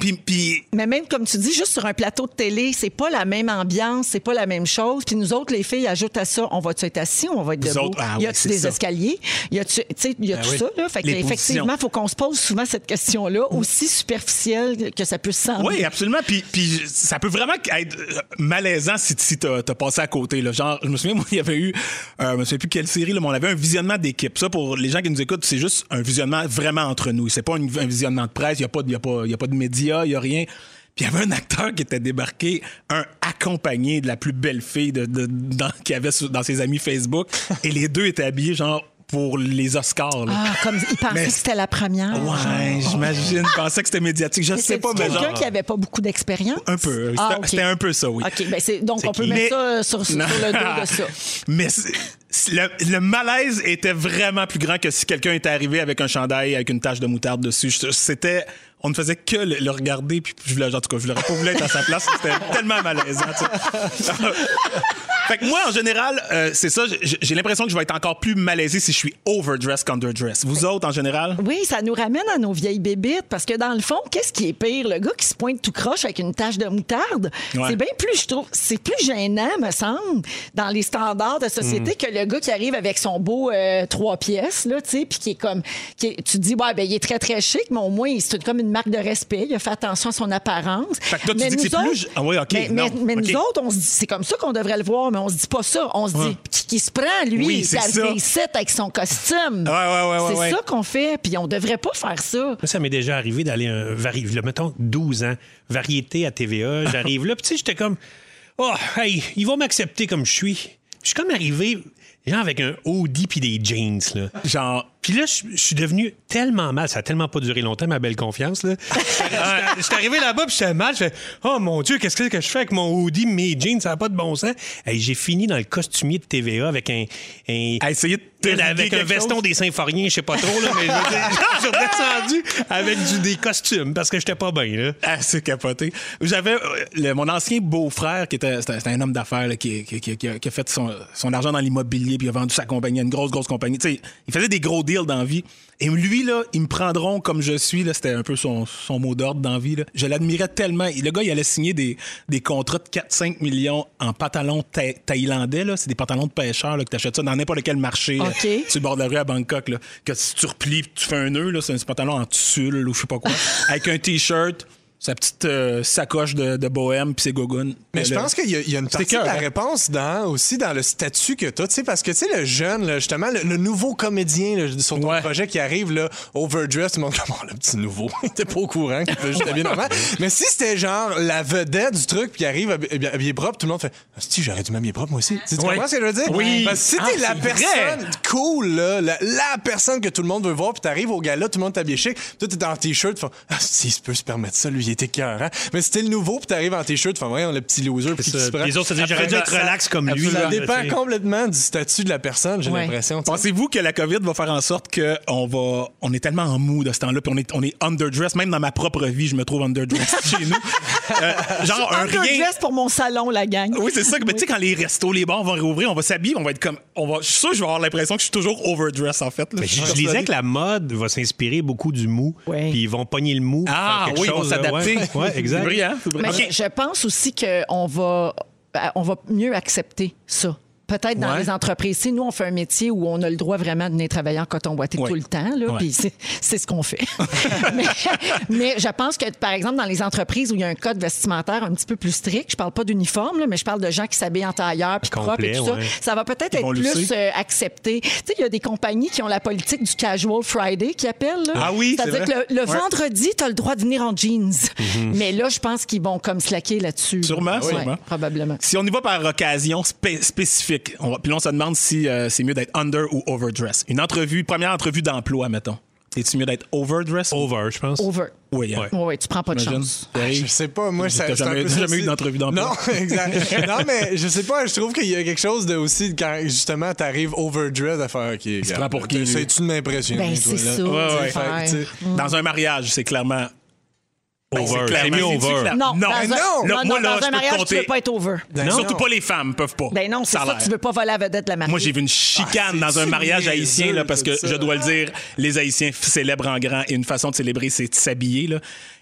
S5: Puis, puis
S1: Mais même, comme tu dis, juste sur un plateau de télé, c'est pas la même ambiance, c'est pas la même chose. Puis nous autres, les filles, ajoutent à ça, on va-tu être assis ou on va être
S5: Vous
S1: debout?
S5: autres, ah
S1: y
S5: oui,
S1: a-tu
S5: c'est
S1: des
S5: ça.
S1: escaliers? Y a-tu, tu sais, y a
S5: Ben
S1: tout
S5: oui.
S1: ça, là? Fait que,
S5: Les
S1: effectivement,
S5: positions. Mm.
S1: faut qu'on se pose souvent cette question-là, aussi superficielle que ça peut sembler.
S5: Oui, absolument. Puis, puis ça peut vraiment être euh, malaisant si, si t'as t'as passé à côté. Là. Genre, je me souviens, moi, il y avait eu, euh, je me souviens plus quelle série, là, mais on avait un visionnement d'équipe. Ça, pour les gens qui nous écoutent, c'est juste un visionnement vraiment entre nous. C'est pas une- un visionnement de presse, il n'y a, pas de- y a, pas- y a pas de médias, il n'y a rien. Puis il y avait un acteur qui était débarqué, un accompagné de la plus belle fille de, de- dans- qu'il avait sur- dans ses amis Facebook. Et les deux étaient habillés, genre, pour les Oscars. là.
S1: Ah, comme ils pensaient
S5: Mais-
S1: que c'était la première.
S5: Ouais, j'imagine. Je pensais que c'était médiatique. Je
S1: Mais
S5: sais
S1: c'est
S5: pas, mais
S1: quelqu'un
S5: genre-
S1: qui avait pas beaucoup d'expérience.
S5: un peu. C'était
S1: Ah, ok.
S5: c'était un peu ça, oui.
S1: OK, ben c'est- donc
S5: C'est
S1: on peut
S5: qui?
S1: mettre
S5: Mais-
S1: ça sur, sur
S5: Non.
S1: le dos de ça.
S5: Mais c'est- c'est- le, le malaise était vraiment plus grand que si quelqu'un était arrivé avec un chandail avec une tache de moutarde dessus. Je- C'était. On ne faisait que le, le regarder, puis je voulais, en tout cas, je l'aurais pas voulu être à sa place. C'était tellement malaisant, tu sais. fait que moi, en général, euh, c'est ça. j- J'ai l'impression que je vais être encore plus malaisé si je suis overdressed qu'underdressed. Vous autres, en général?
S1: Oui, ça nous ramène à nos vieilles bébites parce que dans le fond, qu'est-ce qui est pire? Le gars qui se pointe tout croche avec une tache de moutarde,
S5: Ouais.
S1: c'est bien plus, je trouve, c'est plus gênant, me semble, dans les standards de société
S5: Hmm.
S15: Mm.
S1: que le gars qui arrive avec son beau euh, trois pièces, là, tu sais, puis qui est comme, qui est- tu te dis, ouais, ben, il est très, très chic, mais au moins, c'est comme une marque de respect, il a fait attention à son apparence.
S5: Fait que toi, tu
S1: Mais
S5: dis que
S1: nous
S5: c'est plus
S1: autres-
S5: gê- Ah oui, OK,
S1: Mais,
S5: non,
S1: mais- mais
S5: OK.
S1: nous autres, on se dit, c'est comme ça qu'on devrait le voir, mais on se dit pas ça. On se
S5: Ouais.
S1: dit, qui, qui se prend, lui,
S5: Oui,
S1: il
S5: c'est
S1: est
S5: ça.
S1: arrivé ici avec son costume.
S5: Ouais, ouais, ouais, ouais,
S1: c'est
S5: ouais.
S1: ça qu'on fait, puis on devrait pas faire ça.
S3: Moi, ça m'est déjà arrivé d'aller un vari- là, mettons 12 ans, variété à TVA. J'arrive là, puis tu sais, j'étais comme. Oh, hey, ils vont m'accepter comme je suis. Je suis comme arrivé, genre avec un hoodie puis des jeans, là. Genre. Puis là, je je suis devenu tellement mal. Ça a tellement pas duré longtemps, ma belle confiance, là. Je suis arrivé là-bas puis j'étais mal. Je fais, oh mon Dieu, qu'est-ce que, que je fais avec mon hoodie, mes jeans, ça n'a pas de bon sens. Hey, j'ai fini dans le costumier de TVA avec un. un
S5: essayer de
S3: avec un
S5: quelque
S3: veston
S5: chose.
S3: des Symphoriens, je sais pas trop, là, mais je veux dire, je suis redescendu avec du- des costumes parce que j'étais pas bien, là.
S5: Ah, c'est capoté. J'avais euh, le- mon ancien beau-frère, qui était, c'était- c'était un homme d'affaires là, qui, qui- qui- qui a, qui a fait son, son argent dans l'immobilier, puis il a vendu sa compagnie à une grosse, grosse compagnie. Tu sais, il faisait des gros deals dans la vie. Et lui, là, ils me prendront comme je suis. Là, c'était un peu son, son mot d'ordre dans la vie. là. Je l'admirais tellement. Le gars, il allait signer des, des contrats de 4-5 millions en pantalons thaï- thaïlandais. Là. C'est des pantalons de pêcheurs là, que tu achètes ça dans n'importe quel marché. là,
S1: OK.
S5: sur le bord de la rue à Bangkok. Là, que si tu replies, tu fais un nœud, là, c'est un pantalon en tulle ou je sais pas quoi. avec un T-shirt, sa petite euh, sacoche de, de bohème puis ses gogoons. Euh,
S2: Mais je
S5: Là,
S3: Euh,
S2: pense qu'il y, a- il y a une
S5: c'est
S2: partie de
S5: écœurant.
S2: la réponse dans, aussi dans le statut que tu as, tu sais, parce que tu sais, le jeune, là, justement, le, le nouveau comédien là, sur ton projet qui arrive, là, overdressed, tout le monde comme, oh, le petit nouveau, il était pas au courant qu'il faisait juste habiller normal. Mais si c'était genre la vedette du truc, puis il arrive hab- hab- habillé propre, tout le monde fait, Ah, si j'aurais dû m'habiller propre moi aussi. Tu sais, tu
S5: Ouais.
S2: comprends ce que je veux dire?
S5: Oui.
S2: Parce que si
S5: Ah,
S2: t'es la
S5: c'est vrai.
S2: personne cool, là, la, la personne que tout le monde veut voir, puis t'arrives au gala, tout le monde t'habille chic, toi t'es en t-shirt, tu fais, ah, si, il se peut se permettre ça, lui, il était cœur, hein. Mais si t'es le nouveau, puis t'arrives en t-shirt, tu fais, voyons, le petit loser, puis qui
S3: ça.
S2: se prend.
S3: Les autres se disent, j'aurais dû être
S2: Absolument.
S3: relax comme lui,
S2: Ça
S3: là,
S2: dépend
S3: tu sais.
S2: complètement du statut de la personne, j'ai
S5: Ouais.
S2: l'impression. tu sais.
S5: Pensez-vous que la COVID va faire en sorte qu'on va, on est tellement en mou de ce temps-là, puis on est, on est underdressed. Même dans ma propre vie, je me trouve underdressed chez nous. Euh, genre un rien.
S1: dress pour mon salon, la gang.
S5: Oui, c'est ça. Mais tu sais, quand les restos, les bars vont réouvrir, on va s'habiller, on va être comme. On va, je suis sûr que je vais avoir l'impression que je suis toujours overdressed, en fait. là.
S3: Mais
S5: Je suis
S3: je, je
S5: persuadé.
S3: lisais que la mode va s'inspirer beaucoup du mou, puis ils vont pogner le mou.
S5: Ah,
S3: faire quelque
S5: oui, ils vont
S3: chose, là,
S5: s'adapter.
S3: ouais. Ouais, exact.
S5: C'est brillant, c'est
S1: Mais je pense aussi qu'on va, euh, on va mieux accepter ça. Peut-être dans
S5: Ouais.
S1: les entreprises. Si nous, on fait un métier où on a le droit vraiment de venir travailler en coton boîté
S5: Ouais.
S1: tout le temps, là,
S5: Ouais.
S1: puis c'est- c'est ce qu'on fait. mais, mais je pense que, par exemple, dans les entreprises où il y a un code vestimentaire un petit peu plus strict, je parle pas d'uniforme, là, mais je parle de gens qui s'habillent en tailleur, puis
S3: Complet,
S1: propre et tout ça,
S3: ouais.
S1: ça va peut-être
S3: Ils
S1: être
S3: vont
S1: plus
S3: lucer.
S1: euh, accepté. Tu sais, il y a des compagnies qui ont la politique du casual Friday qui appelle. là.
S5: Ah oui, c'est
S1: C'est-à-dire
S5: vrai.
S1: que le, le
S5: Ouais. Mhm.
S1: vendredi, tu as le droit de venir en jeans. Mais là, je pense qu'ils vont comme slacker là-dessus.
S5: Sûrement,
S1: Ouais,
S5: sûrement.
S1: Probablement.
S5: Si on y va par occasion spé- spécifique, on va- puis là, on se demande si euh, c'est mieux d'être under ou overdress. Une entrevue, première entrevue d'emploi, mettons. Es-tu mieux d'être overdress?
S3: Over, je pense.
S1: Over.
S5: Oui, hein.
S1: Ouais. ouais, tu prends pas de
S5: Imagine,
S1: chance. Ah,
S5: t'arrives.
S2: Ah, Je sais pas, moi,
S5: T'as
S2: ça. c'est un peu
S5: jamais- t'as
S2: ça
S5: jamais eu
S2: aussi.
S5: d'entrevue d'emploi.
S2: Non, exact. non, mais je sais pas, je trouve qu'il y a quelque chose de aussi, quand justement, t'arrives overdressed à faire, OK,
S5: se
S2: gars,
S5: prend pour qui, lui?
S2: C'est une impression.
S1: Ben, c'est ça,
S5: Ouais,
S1: c'est
S5: ouais.
S1: faire.
S5: Fait que, tu sais, Dans un mariage, c'est clairement. Ben,
S3: Over. C'est mieux
S5: c'est-tu
S3: over.
S5: clair-
S1: Non,
S5: non,
S1: dans
S5: mais
S1: un-
S5: non.
S1: non,
S5: Là,
S1: non,
S5: moi, là,
S1: dans un
S5: je peux te
S1: mariage, tu
S5: compter.
S1: veux pas être over.
S2: Ben, non.
S5: Surtout pas les femmes peuvent pas.
S1: Ben non, c'est
S5: a
S1: ça,
S5: l'air.
S1: tu veux pas Ah, voler la vedette de la mariée.
S5: Moi, j'ai vu une chicane dans un
S2: c'est
S5: mariage
S2: niaiseux,
S5: haïtien, là, parce que
S2: ça.
S5: je dois le dire, les Haïtiens f- célèbrent en grand et une façon de célébrer, c'est de s'habiller. là.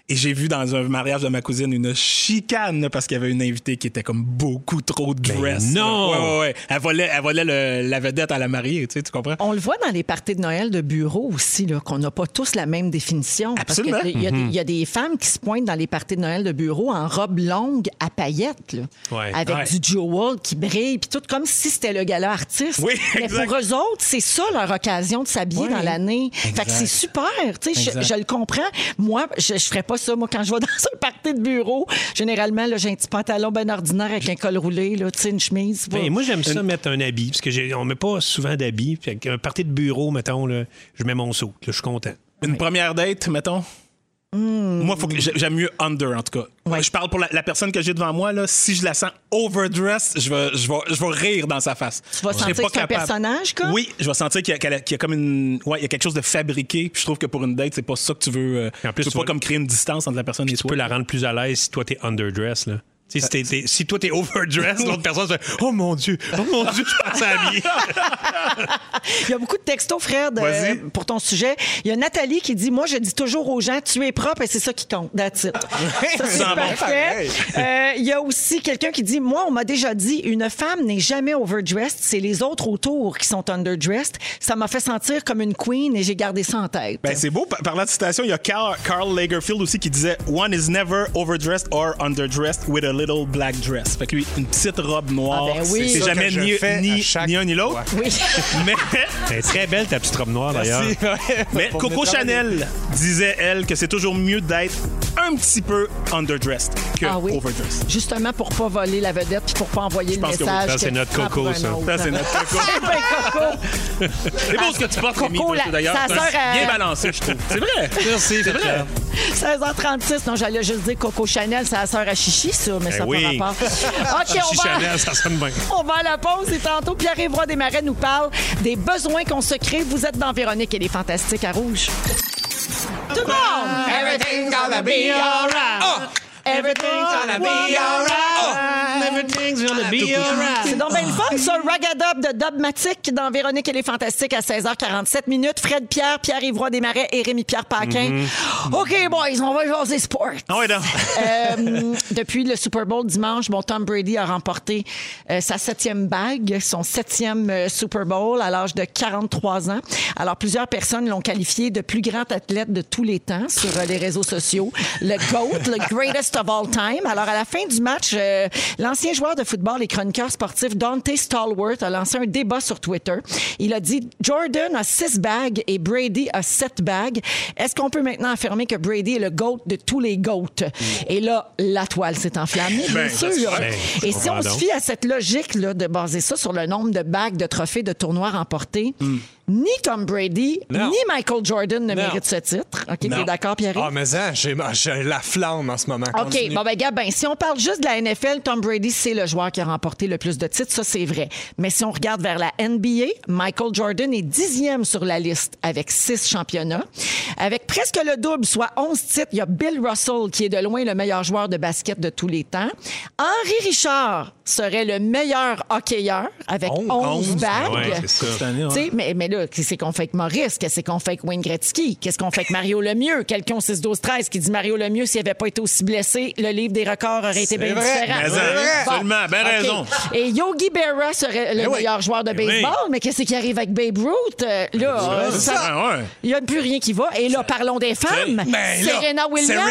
S5: Et j'ai vu dans un mariage de ma cousine une chicane là, parce qu'il y avait une invitée qui était comme beaucoup trop
S2: Ben
S5: dress. là.
S3: non!
S5: Ouais, ouais, ouais. Elle volait, elle volait le- la vedette à la mariée, tu, sais, tu comprends?
S1: On le voit dans les parties de Noël de bureau aussi, là, qu'on n'a pas tous la même définition. Parce que
S5: Absolument.
S1: Il y, a des- il y a des femmes qui se pointent dans les parties de Noël de bureau en robe longue à paillettes, là,
S3: Ouais.
S1: avec
S3: Ouais.
S1: du jewel qui brille, puis tout comme si c'était le gala artiste.
S5: Oui,
S1: Mais
S5: exact.
S1: pour eux autres, c'est ça leur occasion de s'habiller dans l'année. Fait que c'est super. tu sais, Je,
S5: Exact.
S1: je le comprends. Moi, je ne ferais pas ça. Moi, quand je vais dans un party de bureau, généralement, là, j'ai un petit pantalon ben ordinaire avec un col roulé, là, tu sais, une chemise.
S3: Ben, moi, j'aime ça mettre un habit, parce que j'ai- on met pas souvent d'habits. Fait qu'un party de bureau, mettons, là, je mets mon saut. Je suis content.
S5: Une première date, mettons?
S1: Hmm.
S5: Moi, faut que j'a- j'aime mieux under, en tout cas. Je parle pour la, la personne que j'ai devant moi. Là, si je la sens overdressed, je vais, je vais, je vais rire dans sa face.
S1: Tu vas
S5: Je serai
S1: sentir
S5: pas
S1: que c'est un
S5: capable.
S1: personnage, quoi?
S5: Oui, je vais sentir qu'il y, a- qu'elle a- qu'il y a comme une. Ouais, il y a quelque chose de fabriqué. Puis je trouve que pour une date, c'est pas ça que tu veux. euh,
S3: en plus,
S5: tu veux
S3: tu
S5: pas
S3: vas-
S5: comme créer une distance entre la personne et
S3: Tu
S5: toi.
S3: peux la rendre plus à l'aise si toi, t'es underdress, là. Tu sais, Si, t'es- t'es- si toi t'es overdress, l'autre personne se fait Oh mon Dieu, oh mon Dieu, je pense à habiller.
S1: Il y a beaucoup de textos, Fred, euh,
S5: Vas-y.
S1: pour ton sujet. Il y a Nathalie qui dit Moi, je dis toujours aux gens, tu es propre et c'est ça qui compte. That's it. ça,
S5: Ça
S1: c'est
S5: va
S1: parfait.
S5: pareil.
S1: Euh, Il y a aussi quelqu'un qui dit Moi, on m'a déjà dit, une femme n'est jamais overdressed, c'est les autres autour qui sont underdressed. Ça m'a fait sentir comme une queen et j'ai gardé ça en tête.
S5: Ben, c'est beau. Par- Parlant de citation, il y a Carl, Carl Lagerfield aussi qui disait One is never overdressed or underdressed with a Little Black Dress. Fait que lui, une petite robe noire.
S3: Ah ben oui. C'est
S5: C'est
S3: ça
S5: jamais
S3: que je
S5: ni,
S3: fais
S5: ni-
S3: à chaque
S5: ni un ni l'autre.
S3: fois. Oui.
S5: Mais.
S3: C'est très belle ta petite robe noire d'ailleurs.
S5: Merci. Mais
S3: Pour
S5: Coco
S3: venir travailler.
S5: Chanel disait, elle, que c'est toujours mieux d'être un petit peu underdressed que
S1: Ah oui.
S5: overdressed.
S1: Justement pour pas voler la vedette puis pour pas envoyer le
S5: pense que oui.
S1: message.
S5: Ça, c'est
S1: que
S5: notre
S1: tu prends
S5: Coco,
S1: pour un
S5: ça.
S1: autre. Eh ben,
S5: Ça, c'est notre Coco.
S1: C'est bien Coco.
S5: C'est beau ce que tu portes,
S1: Coco,
S5: Rémi, toi,
S1: la-
S5: ça, d'ailleurs.
S1: sa
S5: C'est
S1: sœur, euh,
S5: Bien balancé, je trouve. C'est vrai.
S3: Merci,
S5: c'est vrai.
S3: Pierre.
S1: 16h36, non, j'allais juste dire Coco Chanel, c'est la sœur à Chichi, ça, mais
S3: Ben
S1: ça
S3: oui.
S1: pas rapport.
S5: Ah,
S1: OK, on
S3: Chichi
S1: va...
S3: Chanel, ça sonne bien.
S1: On va à la pause et tantôt, Pierre-Yves Roy Desmarais nous parle des besoins qu'on se crée. Vous êtes dans Véronique et les Fantastiques à Rouge. Tout le monde!
S14: Everything's gonna be alright. Everything's gonna be
S2: Oh,
S14: alright.
S3: Everything's gonna
S5: Ah,
S14: be alright.
S1: C'est donc bien le fun, ça, le Ragadob de Dogmatic dans Véronique et les Fantastiques à 16h47 minutes. Fred Pierre, Pierre-Yves Roy Desmarais et Rémi-Pierre Paquin. OK, boys, on va jaser sport. Euh, depuis le Super Bowl dimanche, bon, Tom Brady a remporté euh, sa septième bague, son septième euh, Super Bowl à l'âge de 43 ans. Alors, plusieurs personnes l'ont qualifié de plus grand athlète de tous les temps sur euh, les réseaux sociaux. Le GOAT, le greatest of all time. Alors, à la fin du match, euh, l'ancien joueur de football et chroniqueur sportif Dante Stallworth a lancé un débat sur Twitter. Il a dit Jordan a six bagues et Brady a sept bagues. Est-ce qu'on peut maintenant affirmer que Brady est le GOAT de tous les GOATs? Et là, la toile s'est enflammée, bien
S14: Ben,
S1: sûr.
S14: c'est sûr. Ben, je
S1: et si on
S14: comprends
S1: se
S14: donc.
S1: fie à cette logique là, de baser ça sur le nombre de bagues de trophées de tournois remportés, ni Tom
S2: Hmm.
S1: Brady,
S2: Non.
S1: ni Michael Jordan ne
S2: Non.
S1: méritent ce titre. OK,
S2: Non.
S1: t'es d'accord, pierre
S2: Ah, mais ça, j'ai j'ai la flamme en ce moment.
S1: OK,
S2: Continue.
S1: bon ben gars, ben, si on parle juste de la NFL, Tom Brady, c'est le joueur qui a remporté le plus de titres, ça c'est vrai. Mais si on regarde vers la NBA, Michael Jordan est dixième sur la liste avec six championnats. Avec presque le double, soit 11 titres, il y a Bill Russell qui est de loin le meilleur joueur de basket de tous les temps. Henri Richard serait le meilleur hockeyeur avec 11, bagues.
S3: ouais, c'est ça. Cette année, ouais.
S1: Tu sais, mais, mais là, qu'est-ce qu'on fait avec Maurice? Qu'est-ce qu'on fait avec Wayne Gretzky? Qu'est-ce qu'on fait avec Mario Lemieux? Quelqu'un au 6-12-13 qui dit Mario Lemieux, s'il n'avait pas été aussi blessé, le livre des records aurait été
S5: C'est
S1: bien
S5: vrai,
S1: différent.
S5: mais c'est vrai. Absolument, ben
S1: OK.
S5: raison.
S1: Et Yogi Berra serait le
S5: Ben oui.
S1: meilleur joueur de
S5: Ben oui. Ben,
S1: baseball, mais qu'est-ce qui arrive avec Babe Ruth? Euh, là, euh,
S5: c'est
S1: ça-
S5: ça. Ouais, ouais.
S1: il n'y a plus rien qui va. Et là, parlons des femmes.
S5: Ben là,
S1: Serena Williams.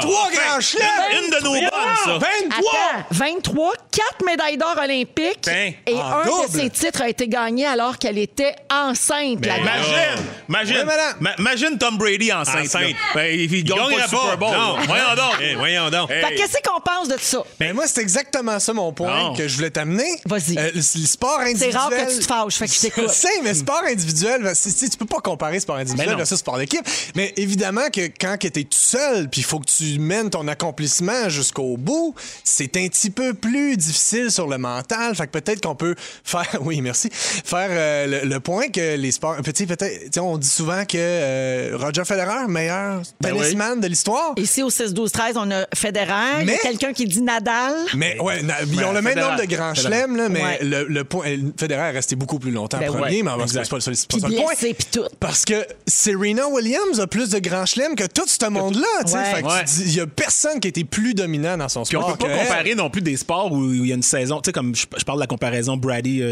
S5: Serena Williams. 23
S2: grands chelems.
S5: Une de nos bonnes, ça.
S1: 23! Attends, 23, 4 médailles d'or olympiques.
S5: Ben,
S1: et
S5: en
S1: un de
S5: double.
S1: ces titres a été gagné alors qu'elle était enceinte. la
S5: Ben,
S1: dame.
S5: Imagine, imagine, ma- imagine Tom Brady enceinte.
S3: Enceinte.
S5: là. Ben, il, il gagne pas le
S3: gagnera
S5: Super Bowl.
S3: Non,
S5: là.
S3: voyons donc. Eh, voyons donc.
S1: Fait que qu'est-ce qu'on pense de ça?
S2: Ben, moi, c'est exactement ça mon point
S3: Non.
S2: que je voulais t'amener. Euh,
S1: Vas-y.
S2: le sport individuel.
S1: C'est rare que tu te fâches, fait que je t'écoute.
S2: sais, mais sport individuel, ben, c'est- c'est- tu peux pas comparer sport
S5: Ben
S2: individuel
S5: non.
S2: versus sport d'équipe. Mais évidemment que quand tu es tout seul, puis il faut que tu mènes ton accomplissement jusqu'au bout, c'est un petit peu plus difficile sur le mental. Fait que peut-être qu'on peut faire, oui, merci, faire euh, le, le point que les sports. tu sais, peut-être, tu sais, on dit souvent que euh, Roger Federer, meilleur
S1: Ben
S2: tennisman de l'histoire.
S1: Ici, au 6-12-13, on a Federer. Il y a
S2: Mais-
S1: quelqu'un qui dit Nadal.
S2: Mais ouais, na- ils ont
S5: Ouais,
S2: le même
S5: Federer,
S2: nombre de grands
S5: Federer.
S2: chelems, là, mais
S1: Ouais.
S2: le, le point. euh, Federer est resté beaucoup plus longtemps
S1: Ben
S2: premier,
S1: ouais,
S2: mais on va-
S5: exact.
S2: c'est pas, le- c'est pas
S1: Puis
S2: ça le point.
S1: blessé, puis tout.
S2: Parce que Serena Williams a plus de grands chelems que tout ce monde-là. tu sais.
S1: Ouais.
S2: Fait que tu
S5: Ouais.
S2: dis, Il y a personne qui était plus dominant dans son
S5: Puis
S2: sport.
S5: on peut
S2: que
S5: pas
S2: elle.
S5: comparer non plus des sports où où il y a une saison. Tu sais, comme je, je parle de la comparaison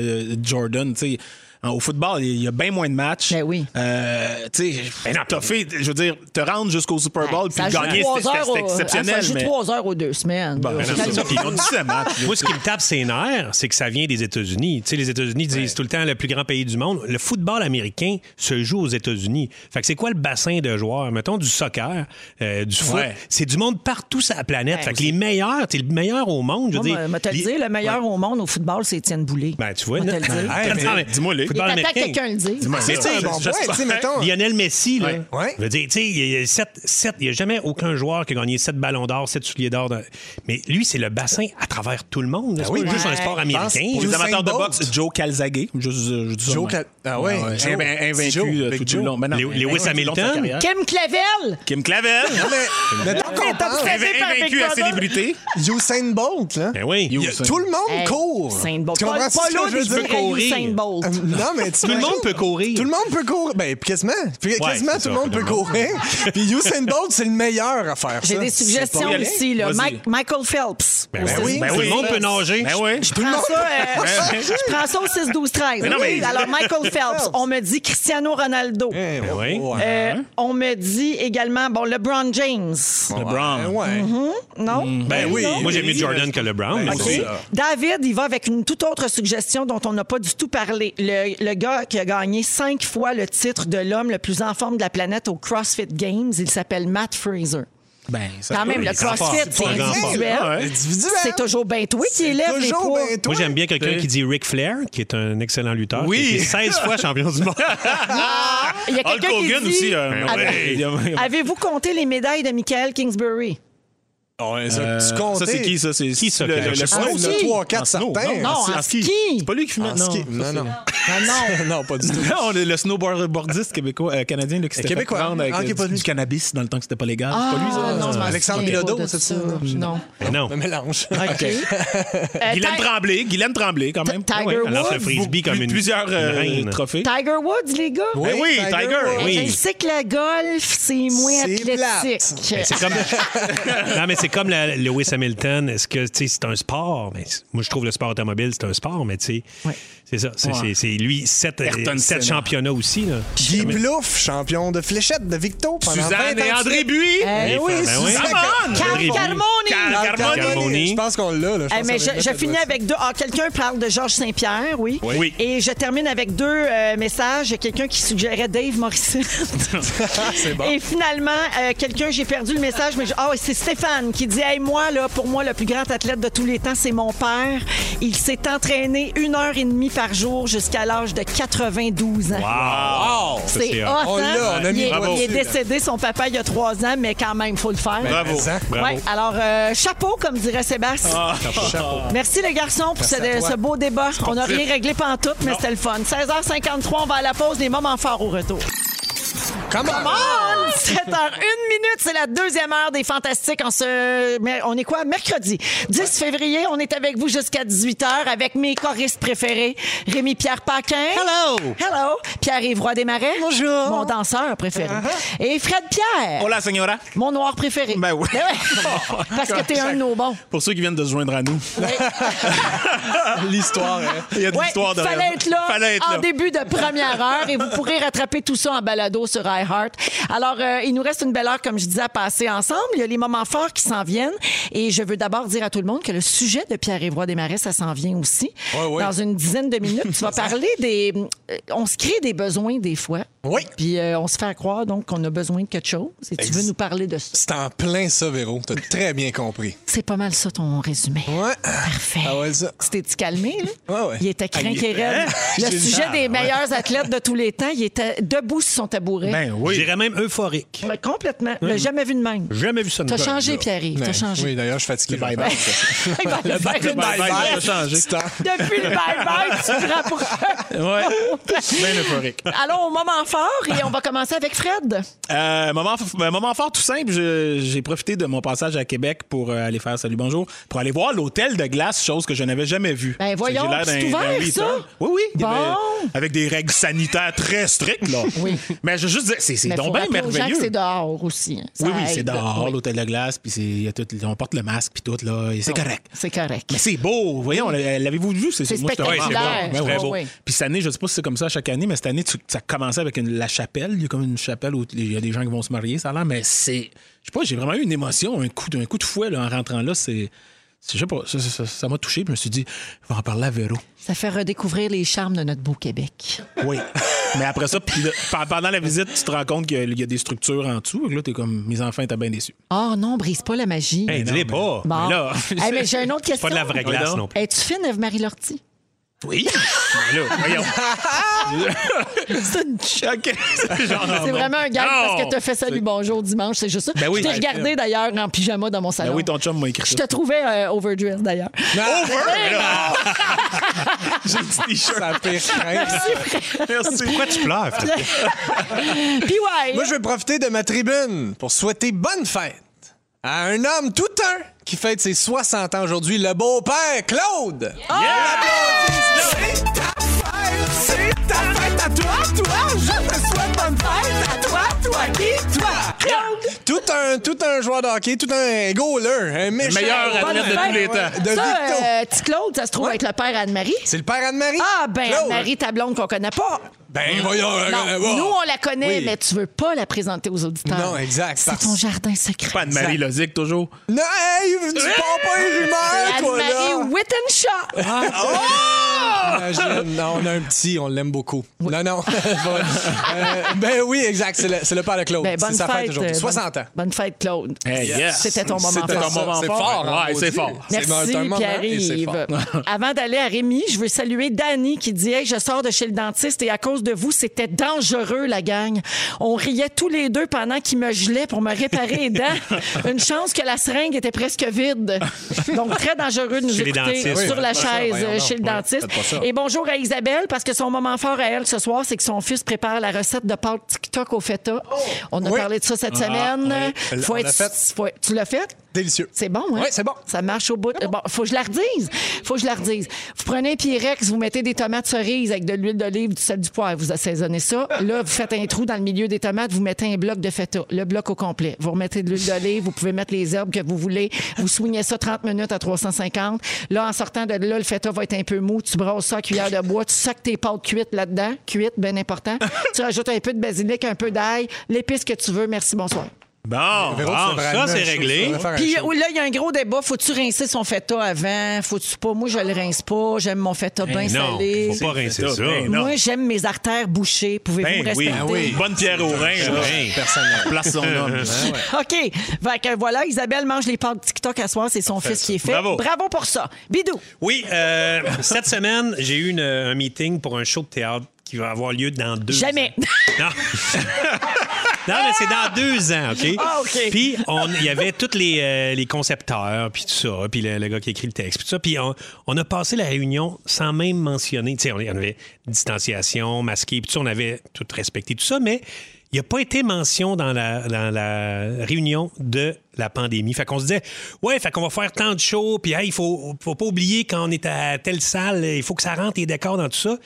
S5: Brady-Jordan, tu sais. en- Au football, il y a bien moins de matchs.
S1: Ben oui.
S5: Euh, tu sais, t'as fait, je veux dire, te rendre jusqu'au Super Bowl puis
S1: Ça joue
S5: gagner,
S1: trois
S5: c'était-
S1: heures
S5: c'était
S1: au- Ça
S5: exceptionnel.
S1: joue
S5: mais-
S1: trois heures aux deux semaines.
S5: Ben,
S1: là.
S5: ben non, c'est ça. Puis ils ont 17 matchs.
S3: Moi, ce qui me tape ses nerfs, c'est que ça vient des États-Unis. Tu sais, les États-Unis disent tout le temps le plus grand pays du monde. Le football américain se joue aux États-Unis. Fait que c'est quoi le bassin de joueurs? Mettons du soccer, euh, du foot.
S5: Ouais.
S3: C'est du monde partout sur la planète.
S1: Ouais.
S3: fait que les meilleurs, t'es le meilleur au monde. Je veux
S1: Moi,
S3: dire,
S1: me- me te le
S3: les-
S1: dire, le meilleur au monde au football, c'est Étienne Boulay.
S3: Ben, tu vois,
S1: Me te
S3: là.
S1: le dire.
S3: Hey, mais-
S5: Non, mais
S3: Dis-moi, le
S5: Il est
S3: football
S1: Il est temps que
S3: américain.
S1: quelqu'un le dise.
S5: Dis-moi,
S2: C'est un bon
S5: ça,
S2: point.
S5: ça,
S2: tu sais,
S5: ça.
S2: mettons.
S3: Lionel Messi, là.
S2: Ouais. Ouais.
S3: Je veux dire, tu sais, il y a- il y a sept- sept- il n'y a, jamais aucun joueur qui a gagné 7 ballons d'or, 7 souliers d'or. dans- Mais lui, c'est le bassin à travers tout le monde. là. C'est
S2: Ah oui.
S3: pas juste
S1: Ouais.
S3: un sport américain.
S5: Pour
S2: Usain
S5: les amateurs de
S2: Bolt.
S5: boxe, Joe Calzaghe. Juste, euh, je dis ça
S2: Joe
S5: de même.
S2: Cal- ah ouais,
S5: Ah
S2: Joe.
S5: Eh ben,
S2: Petit
S5: invaincu
S2: Joe,
S5: euh,
S2: Big
S5: tout
S2: Joe.
S5: le long. Ben non,
S3: Lewis
S5: invaincu tout le long de sa
S3: Hamilton.
S5: carrière.
S1: Kim Clavel!
S5: Kim Clavel.
S2: Non, mais mettons qu'on
S1: T'as
S2: parle.
S1: obsédé par Big
S5: Invaincu à
S1: Brother.
S5: célébrité.
S2: Usain Bolt, là.
S3: Ben oui.
S2: Il y a-
S5: Usain.
S2: tout le monde
S1: Hey,
S2: court.
S1: Usain Bolt.
S2: Oh, Tu
S1: Pas,
S2: comprends
S1: pas
S2: ce que
S1: l'autre,
S2: je veux
S1: je
S2: dire?
S1: dirais Usain Bolt.
S2: Euh, non, Non, mais
S3: Tout le monde peut courir.
S2: Tout le monde peut courir. Ben, quasiment. Puis quasiment
S3: c'est
S2: tout
S3: ça,
S2: le monde peut
S3: finalement.
S2: courir. Puis Usain Bolt, c'est le meilleur à faire ça.
S1: J'ai des
S2: C'est pas
S1: suggestions
S2: rien.
S1: aussi. Là.
S2: Vas-y.
S1: Mike- Michael Phelps.
S2: Ben
S1: Au
S2: ben oui,
S1: 6-12-13.
S2: ben oui. Tout le monde peut
S3: nager. Ben oui.
S1: Je
S3: Tout le
S1: prends
S3: monde
S1: ça,
S3: peut-
S1: euh,
S3: Ben oui.
S1: je prends ça au 6-12-13.
S3: Mais non, mais-
S1: Oui, Alors, Michael Phelps. On me dit Cristiano Ronaldo.
S2: Eh,
S3: Oui.
S1: Euh, on me dit également, bon, LeBron James.
S3: LeBron.
S1: Mhm. Non?
S3: Ben oui.
S1: Non?
S3: Moi, j'ai mis Jordan que LeBron.
S2: Ben
S3: mais
S1: OK.
S3: c'est-
S1: David, il va avec une toute autre suggestion dont on n'a pas du tout parlé. Le, le gars qui a gagné cinq fois le titre de l'homme le plus en forme de la planète au CrossFit Games, il s'appelle Matt Fraser.
S5: Ben, ça
S1: Quand même, le CrossFit, c'est individuel. C'est toujours ben toi qui élève les
S2: Ah, toujours
S1: poids.
S2: ben
S3: Moi, j'aime bien quelqu'un qui dit Ric Flair, qui est un excellent lutteur.
S5: Oui.
S3: Qui est 16 fois champion du monde.
S1: Ah, Il y a
S5: Hulk
S1: quelqu'un qui
S5: Hogan
S1: dit,
S5: aussi, euh,
S3: Ben
S5: ouais.
S3: oui.
S5: Il y a-
S1: Avez-vous compté les médailles de Michael Kingsbury?
S2: Ah, Ouais, ça,
S5: Euh,
S2: tu Ah, comptes.
S5: ça, c'est qui, ça? C'est-
S3: Qui, ça,
S5: le-
S3: quelqu'un?
S5: le
S3: Je sais pas.
S5: snow,
S2: Le
S5: là?
S2: 3, 4,
S5: En snow,
S2: certains. Ah,
S5: non?
S1: Non, en ski.
S5: C'est pas lui qui fumait.
S2: En ski. Non, non.
S1: Ah non.
S2: non, pas du tout.
S5: Non, le, le snowboardiste québécois, euh, canadien, là, qui s'était fait
S2: Québécois.
S5: prendre avec
S2: Ah, qui est
S5: euh,
S2: pas
S5: du,
S2: lui.
S5: du cannabis dans le temps que c'était pas légal. C'est pas lui, ça?
S1: Ah, non, je m'en
S2: Alexandre
S1: souviens
S2: Bilodeau,
S1: pas de
S2: c'est ça?
S1: Non.
S3: Ben non.
S2: Le mélange.
S1: OK. Euh,
S5: Guylaine
S1: Ti-
S5: Tremblay, Guylaine Tremblay, quand même.
S1: Tiger
S5: Ah ouais.
S1: Woods. Elle lance le
S3: frisbee comme
S5: Plus-
S3: une-
S5: Plusieurs
S3: une
S5: euh,
S3: reine.
S5: trophées.
S1: Tiger Woods, les gars?
S5: Ben oui,
S2: Tiger
S5: Tiger.
S2: Woods.
S3: Oui.
S1: Je sais que le golf, c'est moins
S2: C'est
S1: athlétique. Euh, eh,
S2: plate.
S3: C'est comme. non, mais c'est comme la- Lewis Hamilton. Est-ce que, tu sais, c'est un sport? Mais c'est- moi, je trouve le sport automobile, c'est un sport, mais tu sais. C'est ça. C'est
S5: Ouais.
S3: c'est- c'est lui, sept,
S5: Ayrton
S3: euh, sept
S5: Senna.
S3: championnats aussi. Là.
S2: Guy Blouf, champion de fléchette de Victo pendant
S5: Suzanne
S2: 20 ans
S5: et
S2: de
S5: André
S2: suite.
S5: Buis.
S1: Eh
S3: Les
S1: oui,
S3: femmes, ben oui.
S1: Suzanne.
S5: Come on!
S1: Carl
S3: André Buis.
S1: Carmoni!
S5: Carl
S2: Carl
S5: Carmoni.
S2: Carmoni. Je pense qu'on l'a. là.
S1: Eh,
S2: pense
S1: mais
S2: que
S1: je,
S2: ça va
S1: je
S2: être-
S1: finis avec deux. Ah, quelqu'un parle de Georges Saint-Pierre, oui.
S3: Oui.
S1: Et je termine avec deux euh, messages. Quelqu'un qui suggérait Dave Morrison.
S2: C'est bon.
S1: Et finalement, euh, quelqu'un, j'ai perdu le message, mais je- ah, c'est Stéphane qui dit Hey, moi, là, pour moi, le plus grand athlète de tous les temps, c'est mon père. Il s'est entraîné une heure et demie par jour jusqu'à l'âge de 92 ans.
S2: Oh!
S3: Wow! Ça,
S1: C'est hot,
S3: hot.
S2: On
S1: hein?
S2: l'a, on a mis
S1: il, est,
S2: le doigt
S1: il est
S2: dessus, là.
S1: décédé, son papa, il y a trois ans, mais quand même, il faut le faire.
S3: Bravo. Bravo.
S1: Ouais, alors, euh, chapeau, comme dirait Sébastien.
S2: Chapeau.
S1: Merci les garçons pour
S2: Merci
S1: ce,
S2: à toi.
S1: ce beau débat. On n'a rien réglé pantoute, mais c'était le fun. 16h53, on va à la pause. Les moments forts au retour.
S2: Come on!
S1: Come on! 7h01 minute, c'est la deuxième heure des Fantastiques. On, se... mer- on est quoi? Mercredi. 10 février, on est avec vous jusqu'à 18h avec mes choristes préférés, Rémi-Pierre Paquin.
S2: Hello!
S1: Hello! Pierre-Yves Roy Desmarais. Bonjour! Mon danseur préféré. Et Fred Pierre.
S5: Hola, señora.
S1: Mon noir préféré.
S5: Ben oui.
S1: Ben ouais. Parce que t'es un de nos bons.
S5: Pour ceux qui viennent de se joindre à nous.
S2: L'histoire, hein?
S5: Il y a de
S1: Ouais,
S5: l'histoire derrière.
S1: fallait être là
S5: Fallait être
S1: en
S5: là.
S1: début de première heure et vous pourrez rattraper tout ça en balado sur iHeart. Alors, euh, il nous reste une belle heure, comme je disais, à passer ensemble. Il y a les moments forts qui s'en viennent. Et je veux d'abord dire à tout le monde que le sujet de Pierre-Évroy Desmarais, ça s'en vient aussi.
S2: Ouais, ouais.
S1: Dans une dizaine de minutes, tu vas parler des... euh, On se crée des besoins des fois.
S2: Oui.
S1: Puis euh, on se fait croire, donc, qu'on a besoin de quelque chose. Et
S5: Ben,
S1: tu veux nous parler de ça.
S2: C'est en plein ça, Véro. T'as très bien compris.
S1: C'est pas mal ça, ton résumé.
S2: Ouais.
S1: Parfait.
S2: Ah ouais, ça.
S1: Tu t'es-tu calmé, là?
S2: Ouais, Ah, ouais.
S1: Il était craint et raide. Le sujet des meilleurs athlètes de tous les temps, il était debout sur son tabouret.
S5: Ben oui. Mm.
S3: J'irais même euphorique.
S1: Mais complètement. Il l'a jamais vu de même.
S3: Jamais vu ça. de
S1: T'as
S3: même.
S1: changé, Pierre-Yves.
S5: Ben
S1: T'as
S2: Ouais.
S1: changé.
S2: Oui, d'ailleurs, je suis fatigué.
S5: Le bye-bye.
S1: Il va le faire une
S5: bye-bye,
S1: pièce.
S5: il a changé.
S2: Petit temps.
S1: Depuis le bye-bye, tu prends pour...
S5: Ouais. Bien euphorique.
S1: Allons au moment fort et on va commencer avec Fred.
S5: Euh, moment, f- euh, moment fort tout simple, je- j'ai profité de mon passage à Québec pour euh, aller faire Salut Bonjour, pour aller voir l'hôtel de glace, chose que je n'avais jamais vue.
S1: Ben, voyons,
S5: J'ai l'air
S1: c'est
S5: d'un-
S1: ouvert,
S5: d'un return.
S1: ça?
S5: Oui, oui. il y avait-
S1: Bon.
S5: avec des règles sanitaires très strictes, là.
S1: Oui.
S5: Mais je veux juste dire, c'est c'est
S1: Mais faut
S5: donc bien
S1: rappeler aux gens que
S5: merveilleux.
S1: c'est dehors aussi. hein. Ça
S5: Oui, oui, c'est
S1: aide.
S5: dehors,
S1: Oui.
S5: l'hôtel de glace, puis c'est- il y a tout- on porte le masque, puis tout, là, et c'est correct.
S1: C'est correct.
S5: Mais c'est beau, voyons, l'avez-vous vu?
S1: C'est
S5: moi, j'étais-
S1: spectaculaire.
S5: Ben oui.
S1: Très beau. Oui.
S5: Puis cette année, je sais pas si c'est comme ça à chaque année, mais cette année, tu- ça commençait avec une- la chapelle. Il y a comme une chapelle où il y a des gens qui vont se marier, ça a l'air, mais c'est. Je sais pas, j'ai vraiment eu une émotion, un coup, de- un coup de fouet là, en rentrant là. C'est. c'est- Je sais pas, ça- ça ça- ça m'a touché, puis je me suis dit, je vais en parler à Véro.
S1: Ça fait redécouvrir les charmes de notre beau Québec.
S5: Oui. Mais après ça, puis là, pe- pendant la visite, tu te rends compte qu'il y a des structures en dessous. Là, t'es comme, mes enfants étaient bien déçus.
S1: Oh non, brise pas la magie.
S3: Hey, dis-les pas.
S1: Bon.
S5: Mais là-
S1: Hey, mais j'ai une autre question.
S3: Pas de la vraie glace non plus.
S1: Es-tu fine, Eve-Marie Lortie?
S5: Oui. Mais là, voyons.
S1: C'est une ch-
S5: OK. C'est genre,
S1: C'est
S5: non.
S1: vraiment un gag parce que t'as fait salut bonjour dimanche, c'est juste ça.
S5: Ben oui.
S1: je t'ai regardé d'ailleurs en pyjama dans mon salon.
S5: Ben oui, ton chum m'a écrit
S1: Je
S5: ça.
S1: te trouvais euh, overdressed d'ailleurs.
S5: J'ai le t-shirt.
S2: Ça pire crainte.
S5: Merci.
S3: Pourquoi tu pleures? Fred?
S1: Puis ouais.
S2: Moi, je vais profiter de ma tribune pour souhaiter bonne fête à un homme tout un qui fête ses 60 ans aujourd'hui, le beau-père Claude. On l'applaudit. C'est ta fête, c'est ta Tout un, tout un joueur de hockey, tout un goaler, un méchant.
S5: meilleur
S2: Bonne
S5: athlète
S2: fête.
S5: de tous les temps.
S2: Ouais, de
S1: ça,
S2: Victo.
S1: euh, petit Claude, ça se trouve être le père Anne-Marie.
S2: C'est le père Anne-Marie?
S1: Ah, ben,
S2: Claude.
S1: Anne-Marie, ta blonde qu'on connaît pas.
S2: Ben, voyons,
S1: Non,
S2: euh, euh,
S5: oh.
S2: wow.
S1: nous, on la connaît,
S2: Oui.
S1: mais tu veux pas la présenter aux auditeurs.
S2: Non, exact.
S1: C'est ton jardin secret.
S5: Pas de Marie Lozic, toujours.
S2: Non, hey, tu pars pas les rumeurs, toi, là! Ah,
S1: Anne-Marie Wittenshaw. Oh!
S2: Imagine. Non, on a un petit, on l'aime beaucoup. Non, non. Euh, ben oui, exact, c'est le, c'est le père de Claude.
S1: Ben, bonne
S2: c'est sa fête aujourd'hui.
S1: euh,
S2: 60
S1: bonne-
S2: ans.
S1: Bonne fête, Claude.
S5: Hey, yes.
S1: C'était ton moment
S2: C'était
S1: fort.
S2: ton moment C'est fort. fort, hein,
S5: Ouais,
S2: maudit.
S5: c'est fort.
S2: C'est
S1: Merci,
S2: un moment et c'est
S1: Pierre-Yves.
S2: fort.
S1: Avant d'aller à Rémi, je veux saluer Dani qui dit Hey, Je sors de chez le dentiste et à cause de vous, c'était dangereux, la gang. On riait tous les deux pendant qu'il me gelait pour me réparer les dents. Une chance que la seringue était presque vide. Donc, très dangereux de nous
S3: Chez les
S1: écouter
S3: dentistes,
S1: sur
S3: ouais,
S1: la
S3: faites pas ça,
S1: chaise
S3: voyons
S1: euh,
S3: donc.
S1: chez le
S3: Ouais,
S1: dentiste.
S3: faites pas ça.
S1: Et bonjour à Isabelle, parce que son moment fort à elle ce soir, c'est que son fils prépare la recette de pâtes TikTok au feta. On a
S2: Oh! Oui.
S1: parlé de ça cette
S2: Ah,
S1: semaine.
S2: oui.
S1: Faut
S2: On
S1: être-
S2: l'a fait.
S1: faut- tu l'as fait?
S2: Délicieux.
S1: C'est bon, hein?
S2: Oui, c'est bon.
S1: Ça marche au bout. Bon, faut que je la redise. Faut que je la redise. Vous prenez un Pyrex, vous mettez des tomates cerises avec de l'huile d'olive, du sel, du poivre, vous assaisonnez ça. Là, vous faites un trou dans le milieu des tomates, vous mettez un bloc de feta, le bloc au complet. Vous remettez de l'huile d'olive, vous pouvez mettre les herbes que vous voulez, vous soignez ça 30 minutes à 350. Là, en sortant de là, le feta va être un peu mou, tu brosses ça à cuillère de bois, tu sacs tes pâtes cuites là-dedans, cuites, bien important. Tu rajoutes un peu de basilic, un peu d'ail, l'épice que tu veux. Merci, bonsoir.
S5: Bon,
S2: Véro, tu
S5: bon,
S2: devrais amener
S5: ça, c'est
S2: un show, tu
S5: réglé.
S2: devrais faire un
S1: Puis
S2: show.
S1: euh, là, il y a un gros débat. Faut-tu rincer son feta avant? Faut-tu pas? Moi, je le rince pas. J'aime mon feta bien
S3: Ben non,
S1: salé.
S3: faut pas rincer
S5: ça.
S3: ça.
S5: Ben non.
S1: Moi, j'aime mes artères bouchées. Pouvez-vous
S5: Ben
S1: rester
S5: oui,
S3: Ah
S1: respecter?
S5: bonne pierre au rein. là.
S3: Ben.
S2: Personnel.
S5: Place son homme.
S1: OK. Fait que voilà, Isabelle mange les pâtes TikTok à soir. C'est son fils qui est fait.
S3: Bravo.
S1: pour ça. Bidou.
S3: Oui, euh, cette semaine, j'ai eu une- un meeting pour un show de théâtre qui va avoir lieu dans deux
S1: Jamais.
S3: Non. Non, mais c'est dans deux ans, OK?
S1: Ah, OK.
S3: Puis, on- il y avait tous les, euh, les concepteurs, puis tout ça, puis le, le gars qui écrit le texte, puis tout ça. Puis, on, on a passé la réunion sans même mentionner. Tu sais, on, on avait distanciation, masqué, puis tout ça, on avait tout respecté, tout ça, mais il n'y a pas été mention dans la, dans la réunion de la pandémie. Fait qu'on se disait, ouais, fait qu'on va faire tant de shows, puis hey, il faut, faut pas oublier quand on est à telle salle, il faut que ça rentre les décors dans tout ça.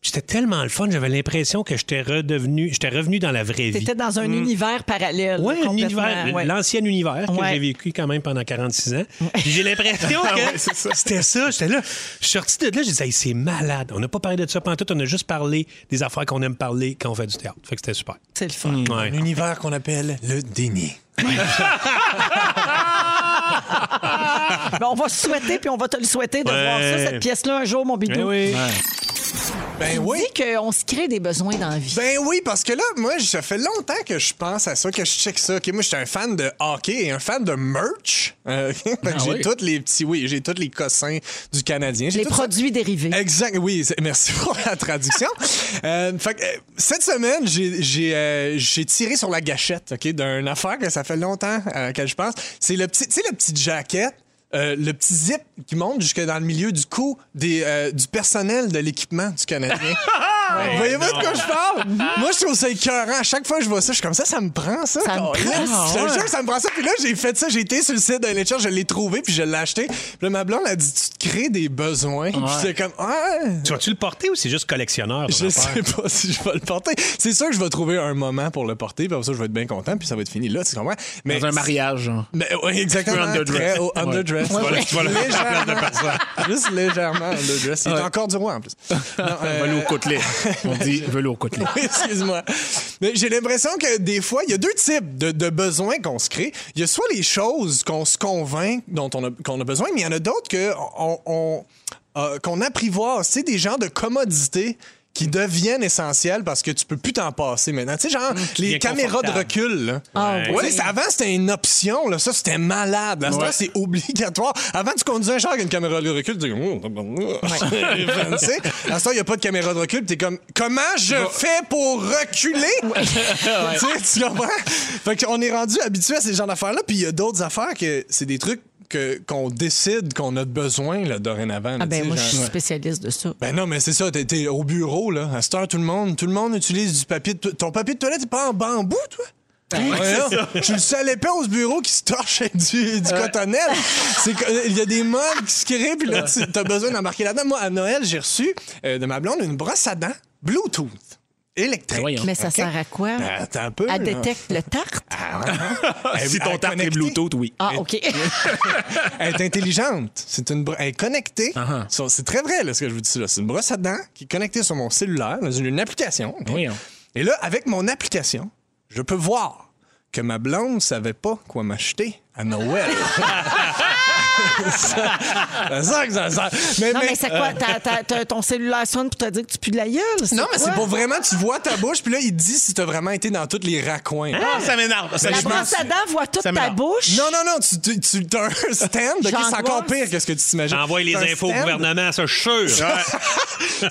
S3: Puis C'était tellement le fun, j'avais l'impression que j'étais redevenu, j'étais revenu dans la vraie vie.
S1: T'étais dans un univers parallèle.
S3: Oui, Mm. un
S1: complètement,
S3: univers,
S1: ouais.
S3: l'ancien univers que
S1: Ouais.
S3: j'ai vécu quand même pendant 46 ans. Puis j'ai l'impression que c'était ça. J'étais là. Je suis sorti de là, j'ai dit, Hey, c'est malade. On n'a pas parlé de ça pendant tout, on a juste parlé des affaires qu'on aime parler quand on fait du théâtre. Fait que c'était super.
S1: C'est le fun.
S3: Ouais.
S2: Un univers qu'on appelle le déni.
S1: Ben, on va se souhaiter, puis on va te le souhaiter de
S3: Ouais.
S1: voir ça, cette pièce-là, un jour, mon Bidou.
S3: Eh oui.
S2: Ben
S1: Tu
S2: oui.
S1: dis qu'on se crée des besoins dans la vie.
S2: Ben oui, parce que là, moi, ça fait longtemps que je pense à ça, que je check ça. Ok, moi, j'étais un fan de hockey et un fan de merch. Euh, fait que j'ai
S5: Ah oui.
S2: tous les petits, oui, j'ai tous les cossins du Canadien. J'ai
S1: les
S2: tout ça. Eh,
S1: produits dérivés.
S2: Exact, oui, c'est- merci pour la traduction. Euh, fait que, euh, cette semaine, j'ai- j'ai euh, j'ai tiré sur la gâchette ok, d'une affaire que ça fait longtemps à laquelle je pense. C'est le petit, tu sais, le petit jacket. euh, le petit zip qui monte jusque dans le milieu du cou des, euh, du personnel de l'équipement du Canadien. Ouais, Voyez-vous de quoi je parle? Moi, je trouve ça écœurant. À chaque fois que je vois ça, je suis comme ça, ça me prend ça.
S1: Ça me
S2: Colin.
S1: prend,
S2: Je te
S1: ouais.
S2: jure que ça me prend ça. Puis là, j'ai fait ça. J'ai été sur le site de Nature, je l'ai trouvé, puis je l'ai acheté. Puis là, ma blonde a dit Tu te crées des besoins. Puis j'étais comme Ouais.
S3: Tu vas-tu le porter ou c'est juste collectionneur? ton
S2: Je
S3: affaire?
S2: sais pas si je vais le porter. C'est sûr que je vais trouver un moment pour le porter, puis après ça, je vais être bien content, puis ça va être fini là, tu comprends? Mais
S5: Dans un mariage. hein. genre.
S2: Mais, ouais, exactement.
S5: Un peu underdress.
S2: Très haut, underdress.
S5: Ouais.
S2: Voilà,
S5: Ouais.
S2: tu vas le faire à la place de personne. Juste légèrement underdress. Il est
S5: Ouais.
S2: encore du roi, en plus. Non, euh,
S5: Velours côtelé. On dit velours côtelé.
S2: Oui, Excuse-moi. Mais j'ai l'impression que des fois, il y a deux types de, de besoins qu'on se crée. Il y a soit les choses qu'on se convainc dont on a, qu'on a besoin, mais il y en a d'autres que on, on- euh, qu'on apprivoise. C'est des genres de commodité qui deviennent essentiels parce que tu peux plus t'en passer maintenant. Tu sais, genre, les
S3: deviens
S2: caméras de
S3: confortable.
S2: recul. là.
S1: Ah
S2: Ouais, tu sais, avant, c'était une option. Là. Ça, c'était malade. À ce moment-là, c'est obligatoire. Avant, tu conduisais un char avec une caméra de recul, tu dis... Oh, c'est fancy. À ce moment, il n'y a pas de caméra de recul. Tu es comme, comment je fais pour reculer? tu sais, tu comprends? Fait qu'on est rendu habitué à ces genres d'affaires-là. Puis il y a d'autres affaires que c'est des trucs que- qu'on décide qu'on a besoin là, dorénavant. là,
S1: Ah
S2: tu
S1: ben
S2: sais,
S1: moi, je
S2: genre-
S1: suis
S2: Ouais.
S1: spécialiste de ça.
S2: Ben non, mais c'est ça, t'es t'es au bureau, là. À cette heure, tout le monde, tout le monde utilise du papier de to- Ton papier de toilette, t'es pas en bambou, toi? Voyons, Je suis le seul épais au bureau qui se torche avec du, du cotonnel. C'est que- euh, Il y a des modes qui se créent, puis là, tu- t'as besoin d'embarquer là-dedans. Moi, à Noël, j'ai reçu euh, de ma blonde une brosse à dents Bluetooth.
S5: Ben
S2: électrique.
S1: Mais ça
S2: OK?
S1: sert à quoi?
S2: Ben, attends un peu.
S1: Elle
S2: là.
S1: détecte le tarte?
S2: Elle-
S5: si
S2: elle
S5: ton
S2: est
S5: tarte est
S2: connectée.
S5: Bluetooth, oui.
S1: Ah,
S2: euh,
S1: OK.
S2: Elle est intelligente. C'est une bro- elle est connectée.
S3: Ah,
S2: sur- C'est très vrai là, ce que je vous dis là. C'est une brosse à dents qui est connectée sur mon cellulaire dans une, une application. OK? Et là, avec mon application, je peux voir que ma blonde savait pas quoi m'acheter à Noël. ça, ça sent que ça sent.
S1: non, mais c'est quoi? T'as- t'as- t'as- ton cellulaire sonne pour te dire que tu pues de la gueule?
S2: Non, mais c'est
S1: quoi?
S2: pour vraiment, tu vois ta bouche, puis là, il dit si t'as vraiment été dans tous les raccoins.
S5: Ah, ça m'énerve. Ça,
S1: La
S5: je m'en
S1: brosse à
S5: suis-
S1: dents voit toute
S5: Ça
S1: ta
S5: m'énerve.
S1: bouche.
S2: Non, non, non, tu, tu, tu t'as un stand, ok, c'est encore
S1: J'angoisse.
S2: pire que ce que tu t'imagines.
S3: Envoie les
S2: T'as un
S3: infos au
S2: stand.
S3: gouvernement, ça, je suis sûr.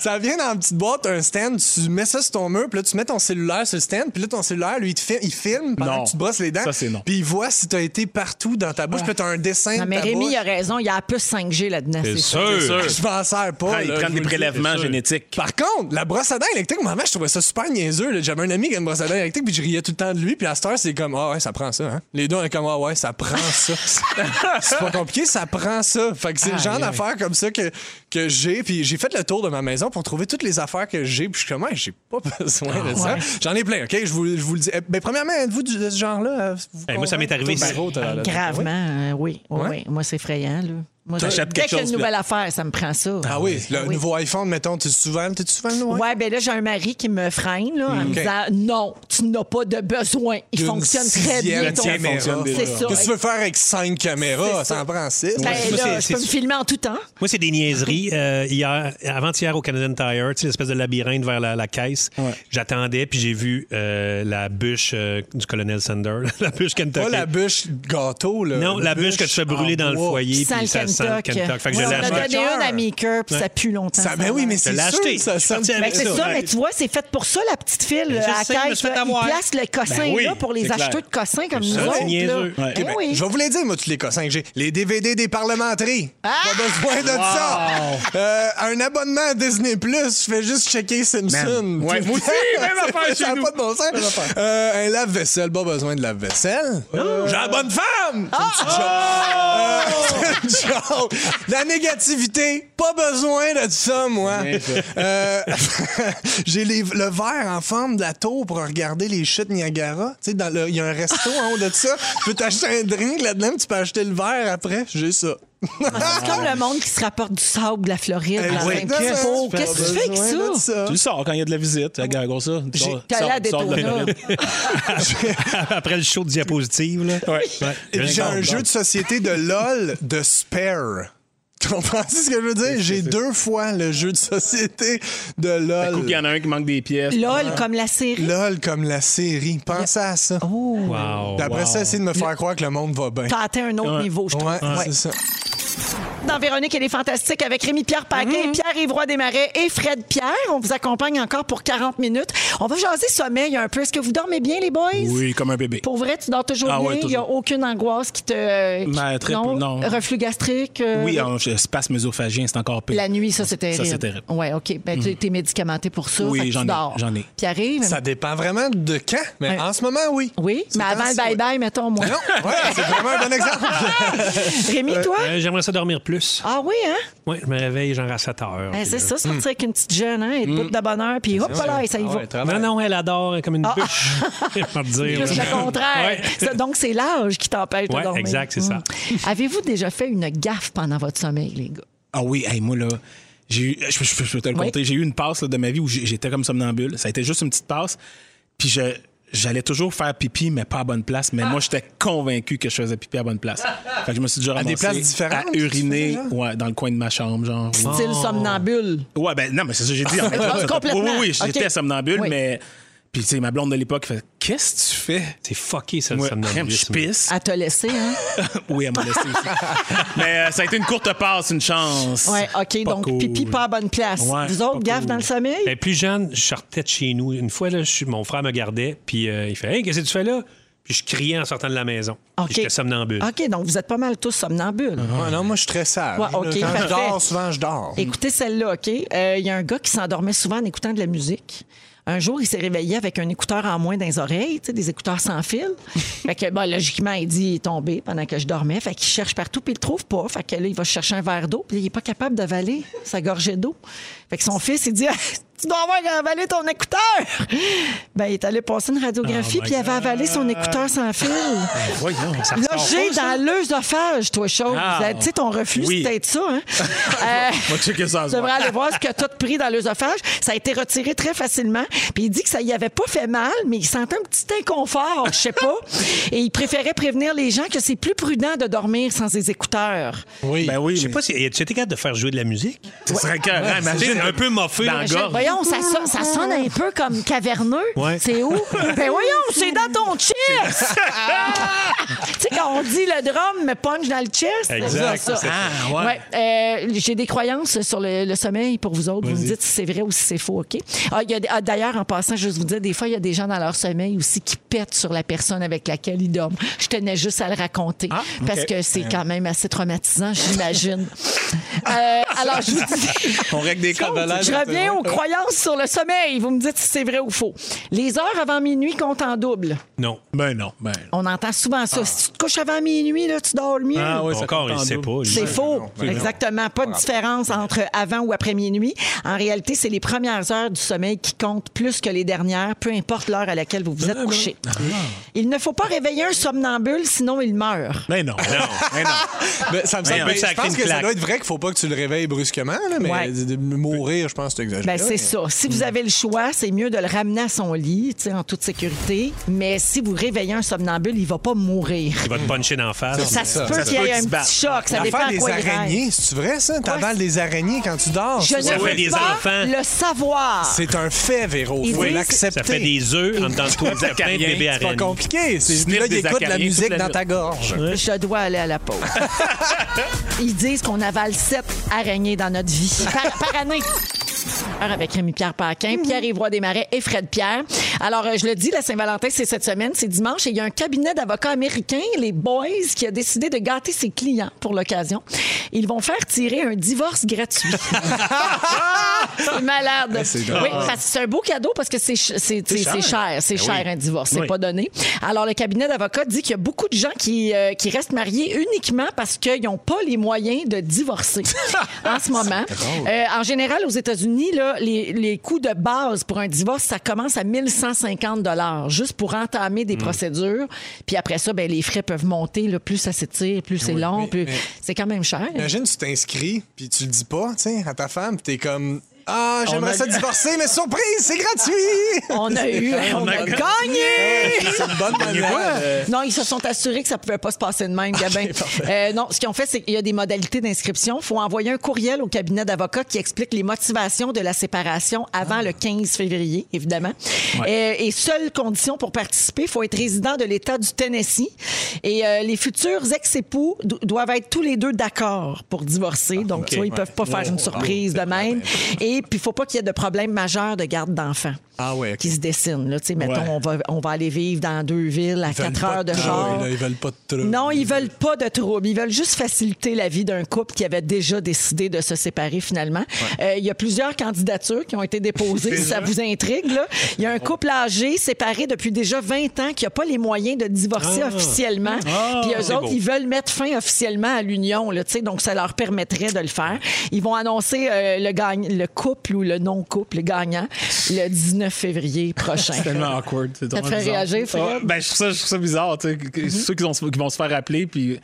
S2: ça vient dans une petite boîte, un stand, tu mets ça sur ton mur, puis là, tu mets ton cellulaire sur le stand, puis là, ton cellulaire, lui, il, te fi- il filme pendant
S5: Non.
S2: que tu te brosses les dents.
S5: Ça, c'est non.
S2: Puis il voit si t'as été partout dans ta bouche, puis t'as un dessin
S1: Ah. Non,
S2: de
S1: mais
S2: ta
S1: Rémi,
S2: bouche.
S1: il a raison. Il y a plus 5G là-dedans.
S3: C'est
S1: ça.
S3: sûr.
S2: Je m'en sers pas.
S5: Ah, ils
S2: là, je
S5: prennent des
S2: vous le dis.
S5: prélèvements
S3: sûr.
S5: génétiques.
S2: Par contre, la brosse à dents électrique, moi, avant, je trouvais ça super niaiseux. là. J'avais un ami qui a une brosse à dents électrique, puis je riais tout le temps de lui. Puis à cette heure, c'est comme, ah ouais, ça prend ça. Hein? Les deux, on est comme, ah ouais, ça prend ça. c'est pas compliqué, ça prend ça. Fait que c'est le
S5: Aïe,
S2: genre
S5: aïe.
S2: d'affaires comme ça que, que j'ai. Puis j'ai fait le tour de ma maison pour trouver toutes les affaires que j'ai. Puis je suis comme, Ouais, j'ai pas besoin de ça.
S1: ouais.
S2: J'en ai plein, OK? Je vous, je vous le dis. Eh, Ben, premièrement, êtes-vous du- de ce genre-là? Vous
S3: Eh, moi, ça m'est arrivé
S2: Tout
S3: ici.
S2: barreau, t'as-
S1: Gravement, euh, oui. Oui,
S2: Ouais.
S1: oui. Moi, c'est effrayant. Là. Moi, dès
S5: T'achètes quelque
S1: qu'il y a une
S5: chose,
S1: nouvelle affaire, ça me prend ça.
S2: Ah oui, le nouveau iPhone, mettons, tu souvent, t'es souvent le nouveau
S1: Ouais, ben là, j'ai un mari qui me freine là, en me
S2: Ok.
S1: disant non, tu n'as pas de besoin. Il
S2: D'une
S1: fonctionne très
S2: sixième
S1: bien. ton-
S2: caméra.
S1: C'est ça.
S2: Qu'est-ce que tu veux faire avec cinq caméras?
S1: C'est
S2: Ça en prend six.
S1: Ben,
S3: Ouais.
S1: là,
S3: C'est-
S1: je
S3: c'est-
S1: peux me filmer en tout temps.
S3: Moi, c'est des niaiseries. Euh, hier, avant-hier au Canadian Tire, tu sais, l'espèce de labyrinthe vers la, la caisse. J'attendais, puis j'ai vu euh, la bûche euh, du colonel Sander, la bûche Kentucky.
S2: Pas la bûche gâteau, là.
S3: Non, la bûche que tu fais brûler dans le
S2: en bois.
S3: foyer,
S1: Sans
S3: puis
S1: le
S3: ça sent
S1: Kentuck.
S3: le Kentuck. Fait que
S1: Ouais,
S3: je
S1: on
S3: l'ai
S1: a
S3: acheté.
S1: donné une à Maker, puis
S3: Ouais.
S1: ça pue longtemps.
S2: Ça, ben oui, mais
S3: Je
S2: c'est
S3: l'ai acheté.
S2: sûr. Ça,
S3: Je suis
S2: sent-
S3: parti
S1: Ben,
S3: avec
S1: c'est ça,
S3: Ouais.
S1: mais tu vois, c'est fait pour ça, la petite file euh, à
S3: sais, Ben, je me
S1: caisse.
S3: suis fait
S1: là. Ils
S3: avoir.
S1: placent le cossin
S5: Ben oui,
S1: là pour les
S5: c'est
S1: acheteurs
S5: clair.
S1: de cossins comme
S3: C'est
S1: nous
S3: ça, c'est
S1: autres. là.
S3: niaiseux. Ouais.
S2: Ok, ben,
S1: Ben oui.
S2: Je vais vous les dire, moi, tous les cossins que j'ai. Les DVD des parlementaires.
S1: Ah!
S2: Pas besoin de ça. Euh, un abonnement à Disney+, Plus, je fais juste checker Simpson.
S5: Man. Ouais, moi aussi, même affaire chez
S2: Ça n'a
S5: nous.
S2: pas de bon sens. Euh, un lave-vaisselle, pas besoin de lave-vaisselle. J'ai la bonne femme! C'est une petite
S1: Ah!
S2: joke. Euh, c'est une joke. La négativité, pas besoin de ça, moi. Euh, J'ai les- le verre en forme de la tour pour regarder les chutes Niagara. Tu sais, dans le- il y a un resto en haut de ça. Tu peux t'acheter un drink là-dedans, puis tu peux acheter le verre après. J'ai ça.
S1: Ah, C'est comme le monde qui se rapporte du sable de la Floride.
S2: Eh,
S1: dans
S2: ouais,
S1: un
S2: qu'est-ce
S1: petit
S2: que
S1: pot.
S2: tu fais?
S1: Qu'est-ce que tu fais avec
S2: Besoin
S1: ça?
S2: de ça.
S5: Tu le sors quand il y a de la visite. Regarde, gros, ça. Tu sors-
S1: T'as
S5: sors-
S1: l'air
S5: sors de la
S1: Daytona.
S5: Floride.
S3: Après le show de diapositive, là. Ouais.
S2: Et puis, J'ai un jeu de société de LOL de Spare. Tu comprends ce que je veux dire? J'ai deux fois le jeu de société de
S5: La coupe, il y
S2: LOL.
S5: en a un qui manque des pièces.
S1: LOL, comme la série.
S2: LOL comme la série. Pensez à ça.
S3: Wow.
S2: Puis Après ça, essayez de me faire croire que Oh. le monde va bien.
S1: T'as atteint un autre niveau, je trouve.
S2: Ouais,
S1: Ouais.
S2: c'est ça.
S1: Dans Véronique, elle est fantastique avec Rémi-Pierre Paquin, Pierre-Yves Roy Desmarais et Fred Pierre. On vous accompagne encore pour 40 minutes. On va jaser sommeil un peu. Est-ce que vous dormez bien, les boys?
S5: Oui, comme un bébé.
S1: Pour vrai, tu dors toujours
S5: Ah
S1: bien?
S5: ouais,
S1: Il n'y a
S5: toujours.
S1: aucune angoisse qui te... euh, qui-
S5: Ben, très peu, non.
S1: Reflux gastrique? euh,
S5: Oui, un spasme mésophagien, c'est encore pire.
S1: La nuit, ça, c'est terrible.
S5: c'est terrible. Mm.
S1: Oui, OK. Ben, tu es médicamenté pour ça.
S5: Oui,
S1: fait que tu
S5: j'en ai,
S1: dors.
S5: j'en ai.
S1: Pierre-Yves?
S2: Ça dépend vraiment de quand, mais
S1: Ouais.
S2: en ce moment, oui.
S1: Oui,
S2: C'est
S1: mais avant le
S2: ainsi, oui.
S1: bye-bye, mettons, moi.
S2: Non, ouais, c'est vraiment un bon exemple.
S1: Rémi, toi?
S3: Euh, J'aimerais ça dormir plus.
S1: Ah oui, hein?
S3: Ouais, je me réveille genre à 7 heures.
S1: Ben,
S3: puis
S5: Mm.
S1: c'est
S3: là-
S1: ça, sortir avec une petite jeune, hein, et de bout de bonheur, puis hop là, et
S5: Ah
S1: ça y va.
S3: Non, non, elle adore elle est comme une bûche. Je vais te dire,
S1: Juste
S3: là.
S1: Ah. le contraire.
S3: Ouais.
S1: Ça, Donc, c'est l'âge qui t'empêche de
S3: Ouais,
S1: dormir. Mm.
S3: exact, c'est ça.
S1: Avez-vous déjà fait une gaffe pendant votre sommeil, les gars?
S5: Ah oui, hey, moi, là, j'ai eu, je, je- je peux te le
S1: Oui.
S5: compter, j'ai eu une passe là, de ma vie où j'ai- j'étais comme somnambule. Ça a été juste une petite passe. Puis je, j'allais toujours faire pipi, mais pas à bonne place.
S2: Ah.
S5: Mais moi, j'étais convaincu que je faisais pipi à bonne place. Fait que je me suis déjà
S2: À des
S5: ramassé
S2: places différentes,
S5: à
S2: tu faisais
S5: uriner
S2: ça?
S5: ouais, dans le coin de ma chambre, genre. ouais.
S1: Style somnambule.
S5: Ouais, ben non, mais c'est ça que j'ai dit. en fait.
S1: Ah, complètement.
S5: Oui, oui, oui, j'étais
S1: Ok.
S5: somnambule,
S1: Oui.
S5: mais. Puis, tu sais, ma blonde de l'époque fait Qu'est-ce que tu fais?
S3: C'est fucké, ça, le
S5: Moi, crème, je
S3: somnambulisme.
S5: pisse.
S1: À te laisser, hein?
S5: Oui, elle m'a laissé aussi. mais euh, ça a été une courte passe, une chance.
S1: Ouais, OK.
S5: Pas
S1: donc,
S5: cool.
S1: pipi pas à bonne place.
S5: Ouais,
S1: Vous autres,
S5: pas
S1: gaffe
S5: cool.
S1: dans le sommeil?
S3: Ben, plus jeune, je sortais de chez nous. Une fois, là, je suis- mon frère me gardait, puis euh, il fait Hey, qu'est-ce que tu fais là? Puis je criais en sortant de la maison. Puis
S1: OK.
S3: J'étais somnambule.
S1: OK, donc vous êtes pas mal tous somnambules.
S2: Ouais, non, moi, je suis très sage.
S1: Ouais,
S2: là.
S1: ok,
S2: Quand
S1: parfait.
S2: je dors, souvent, je dors.
S1: Écoutez celle-là, OK? Euh, Il y a un gars qui s'endormait souvent en écoutant de la musique. Un jour, il s'est réveillé avec un écouteur en moins dans les oreilles, tu sais, des écouteurs sans fil. fait que, bon, logiquement, il dit, il est tombé pendant que je dormais. Fait qu'il cherche partout, puis il le trouve pas. Fait que là, il va chercher un verre d'eau, puis il est pas capable d'avaler sa gorgée d'eau. Fait que son fils, il dit, tu dois avoir avalé ton écouteur. Ben, il est allé passer une radiographie,
S14: Oh my
S1: puis il avait avalé son écouteur sans fil.
S3: Voyons, ça
S1: Logé dans l'œsophage, toi, chose.
S5: Ah.
S1: Tu sais, ton reflux,
S5: Oui.
S1: c'est peut-être ça. Hein? Euh,
S5: Moi, checker ça.
S1: tu devrais aller voir ce que tu as pris dans l'œsophage. Ça a été retiré très facilement. Puis il dit que ça y avait pas fait mal, mais il sentait un petit inconfort, je sais pas. Et il préférait prévenir les gens que c'est plus prudent de dormir sans ses écouteurs.
S3: Oui. Ben oui. Je sais pas si. Tu étais capable de faire jouer de la musique? Ça serait
S5: écœurant, imagine.
S3: un peu moffé.
S5: Dans la
S1: Je- Voyons, ça, son- ça sonne un peu comme caverneux.
S3: Ouais.
S1: C'est où? Ben voyons, c'est dans ton chest! tu sais, quand on dit le drum me punch dans le chest,
S14: Exact,
S1: c'est ça.
S14: c'est ça. Ah, ouais.
S1: Ouais, euh, J'ai des croyances sur le, le sommeil pour vous autres. Vous me dites si c'est vrai ou si c'est faux, OK? Ah, il y a des- ah, D'ailleurs, en passant, juste vous dire, des fois, il y a des gens dans leur sommeil aussi qui pètent sur la personne avec laquelle ils dorment. Je tenais juste à le raconter
S14: OK.
S1: parce que c'est
S14: Euh.
S1: quand même assez traumatisant, j'imagine. Euh, alors, je vous dis...
S5: On règle des codes.
S3: Ah,
S1: Je
S3: ben,
S1: reviens aux croyances sur le sommeil. Vous me dites si c'est vrai ou faux. Les heures avant minuit comptent en double.
S3: Non.
S5: Ben non, ben
S1: On entend souvent ça. Si tu te couches avant minuit, là, tu dors le mieux.
S3: Ah oui, ça Encore, compte il en sait double. pas, lui.
S1: C'est faux.
S3: Non, ben non.
S1: Exactement. Pas de
S3: Bravo.
S1: différence entre avant ou après minuit. En réalité, c'est les premières heures du sommeil qui comptent plus que les dernières, peu importe l'heure à laquelle vous
S3: Ah, ben.
S1: vous êtes couché. Il ne faut pas réveiller un somnambule, sinon il meurt.
S5: Mais non.
S2: Mais non. Ben, ça me semble
S1: Mais
S2: ben,
S1: on peut que ça
S2: Je
S1: crée
S2: pense
S1: une
S2: que ça
S1: claque.
S2: doit être vrai qu'il faut pas que tu le réveilles brusquement, là, mais
S1: Ouais.
S2: de- de mourir, je pense que c'est exagéré.
S3: Ah,
S1: Ben, c'est ça. Si
S3: Hmm.
S1: vous avez le choix, c'est mieux de le ramener à son lit, tu sais, en toute sécurité. Mais si vous réveillez un somnambule, il va pas mourir.
S3: Il va te puncher d'en face.
S1: Ça se peut qu'il y ait un petit choc. Ça dépend à
S2: des
S1: quoi il
S2: araignées, c'est vrai ça? T'avales des araignées quand tu dors?
S1: Je
S2: ça?
S1: ne veux pas le savoir.
S2: C'est un fait, Véro.
S1: Il
S2: faut
S1: dit-
S2: l'accepter.
S3: Ça fait des œufs en dedans de toi, ça fait plein de bébés
S2: C'est pas
S3: araignées.
S2: compliqué. C'est
S3: Sniff
S2: là, il
S3: des
S2: écoute la
S3: acariens
S2: musique
S3: toute la
S2: dans
S3: nuit.
S2: ta gorge.
S1: Je dois aller à la pause. Ils disent qu'on avale sept araignées dans notre vie par, par année. Heure Avec Rémi-Pierre Paquin, Pierre-Yvroy Desmarais et Fred Pierre. Alors, euh, je le dis, la Saint-Valentin, c'est cette semaine, c'est dimanche, et il y a un cabinet d'avocats américains, les Boys, qui a décidé de gâter ses clients pour l'occasion. Ils vont faire tirer un divorce gratuit. c'est malade.
S14: Ben, c'est drôle.
S1: oui, parce que c'est un beau cadeau parce que c'est ch- c'est
S14: C'est
S1: c'est- c'est
S14: cher.
S1: cher. C'est
S14: Ben
S1: cher
S14: oui.
S1: un divorce. C'est
S14: Oui.
S1: pas donné. Alors, le cabinet d'avocats dit qu'il y a beaucoup de gens qui, euh, qui restent mariés uniquement parce qu'ils n'ont pas les moyens de divorcer en ce moment.
S14: drôle.
S1: Euh, en général, aux États-Unis, là, les, les coûts de base pour un divorce, ça commence à 1150 juste pour entamer
S14: Hmm.
S1: des procédures. Puis après ça, ben, les frais peuvent monter. là. plus ça s'étire, plus c'est long. plus-
S2: mais-
S1: C'est quand même cher.
S2: Imagine, tu t'inscris, puis tu le dis pas, tu sais, à ta femme, puis t'es comme. Ah, j'aimerais
S1: On a-
S2: ça divorcer, mais surprise, c'est gratuit!
S1: On a eu, on, a, gagné!
S2: C'est une bonne manière.
S1: Euh, Non, ils se sont assurés que ça pouvait pas se passer de même, Gabin. Euh, non, ce qu'ils ont fait, c'est qu'il y a des modalités d'inscription. faut envoyer un courriel au cabinet d'avocats qui explique les motivations de la séparation avant le 15 février, évidemment. Euh, et seule condition pour participer, faut être résident de l'État du Tennessee. Et euh, les futurs ex-époux do- doivent être tous les deux d'accord pour divorcer. Donc,
S14: ok.
S1: tu vois, ils peuvent pas
S14: Ouais.
S1: faire une
S14: Oh,
S1: surprise de même. Et puis, faut pas qu'il y ait de problème majeur de garde d'enfants
S2: Ah ouais,
S1: qui se dessinent. Là, Tu sais, mettons,
S2: Ouais.
S1: on, va, on va aller vivre dans deux villes à
S2: Ils veulent
S1: quatre
S2: pas
S1: heures de
S2: trouble,
S1: char.
S2: là, Ils veulent pas de trouble.
S1: Non, ils veulent pas de troubles. Ils veulent juste faciliter la vie d'un couple qui avait déjà décidé de se séparer finalement. Euh, Il y a plusieurs candidatures qui ont été déposées, si ça vous intrigue. là. Il y a un couple âgé séparé depuis déjà 20 ans qui n'a pas les moyens de divorcer
S14: Ah.
S1: officiellement.
S14: Ah,
S1: Puis eux
S14: c'est
S1: autres,
S14: beau.
S1: ils veulent mettre fin officiellement à l'union. là, tu sais, Donc, ça leur permettrait de le faire. Ils vont annoncer euh, le, gagne- le couple ou le non-couple gagnant le 19 février prochain.
S5: C'est tellement awkward. c'est
S1: Ça te
S5: drôlement
S1: fait
S5: bizarre.
S1: réagir, Mhm. Fred?
S5: Ah, ben, je trouve ça, je trouve ça bizarre. tu sais, que- que- Ceux qui, vont- qui vont se faire appeler, puis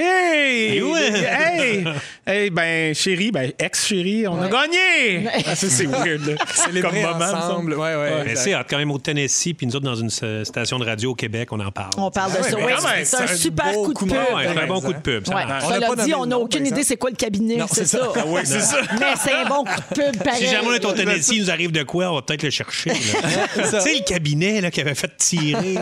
S5: Yay!
S14: Eh ouais!
S5: Hey! Hey, ben, chérie, ben, ex-chérie, on a gagné! Ah, ça, c'est weird, là.
S2: Célébrer ensemble. Ouais, ouais,
S3: Mais
S2: exact.
S3: c'est hot, quand même au Tennessee, puis nous autres dans une euh, station de radio au Québec, on en parle.
S1: On parle de
S3: Ah ouais,
S1: ça.
S3: mais
S1: Oui,
S3: quand même,
S1: c'est un, super
S3: beau
S1: coup de
S3: coup
S1: pub.
S3: de main. hein. Ouais, c'est un bon coup de pub, ça
S1: Ouais.
S3: marche.
S1: Ça
S3: On a
S1: l'a
S3: pas
S1: dit,
S3: nommé
S1: on
S3: le
S1: n'a
S3: nom,
S1: aucune
S3: par
S1: idée
S3: exemple.
S1: c'est quoi le cabinet,
S3: Non,
S1: c'est ça.
S3: c'est ça. Ah oui, c'est ça.
S1: Mais c'est un bon coup de pub pareil.
S3: Si jamais on est au Tennessee, il nous arrive de quoi, on va peut-être le chercher. là. tu sais, le cabinet là, qui avait fait tirer.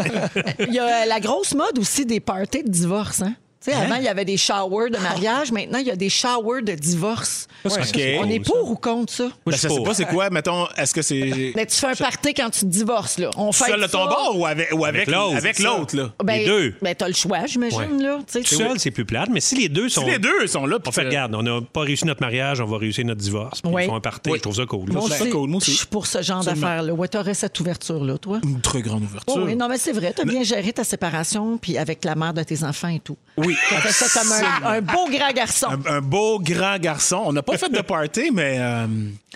S1: Il y a euh, la grosse mode aussi des parties de divorce, hein? Tu sais, Avant, il y avait des showers de mariage. Maintenant, il y a des showers de divorce.
S5: Ouais, c'est cool,
S1: On est
S5: ça.
S1: pour ou contre ça?
S5: Ben, je sais pas c'est quoi, mettons, est-ce que c'est.
S1: Mais tu fais un party quand tu te divorces, là. On fait
S5: Seul le
S1: ça.
S5: ton bord ou avec, ou avec,
S3: Avec l'autre,
S5: avec
S3: c'est ça.
S5: l'autre, là?
S1: Ben,
S3: Les deux.
S1: Ben, t'as le choix, j'imagine,
S3: Ouais.
S1: là. Tu sais,
S3: Tout seul, c'est plus plate, mais si les deux sont.
S5: les deux sont là,
S3: En fait, regarde, on n'a pas réussi notre mariage, on va réussir notre divorce. Puis
S1: Ouais.
S3: Ils font un party, je trouve ça cool.
S1: Moi
S3: Ça,
S1: aussi, je suis pour ce genre
S3: Absolument.
S1: d'affaires-là. Ouais, t'aurais cette ouverture-là, toi?
S5: Une très grande ouverture.
S1: Oh oui, non, mais c'est vrai. T'as bien géré ta séparation, puis avec la mère de tes enfants et tout.
S5: Oui.
S1: T'as fait ça comme un,
S5: absolument.
S1: un beau grand garçon.
S5: Un, un beau grand garçon. On n'a pas fait de party, mais. euh,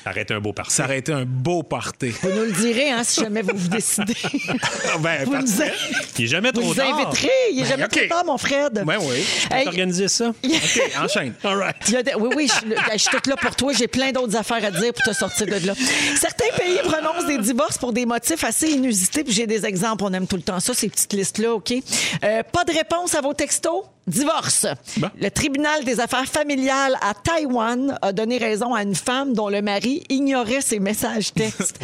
S3: Ça aurait été un beau party.
S5: Ça aurait été un beau party.
S1: Vous nous le direz, hein, si jamais vous vous décidez.
S5: ben,
S1: vous nous,
S5: parfait.
S3: Il n'est jamais
S1: vous
S3: Ah, trop
S1: nous
S3: tard.
S1: inviterez. Il est
S3: Ben,
S1: jamais
S3: OK.
S1: trop tard, mon Fred.
S5: Ben oui. Je
S3: peux
S1: Hey.
S3: t'organiser ça.
S5: OK, enchaîne.
S3: All right.
S1: Il y a des- oui, oui, je, suis le- je suis toute là pour toi. J'ai plein d'autres affaires à dire pour te sortir de là. Certains pays prononcent des divorces pour des motifs assez inusités. Puis j'ai des exemples. On aime tout le temps ça, ces petites listes-là, OK? Euh, pas de réponse à vos textos? Divorce. Le tribunal des affaires familiales à Taïwan a donné raison à une femme dont le mari ignorait ses messages textes.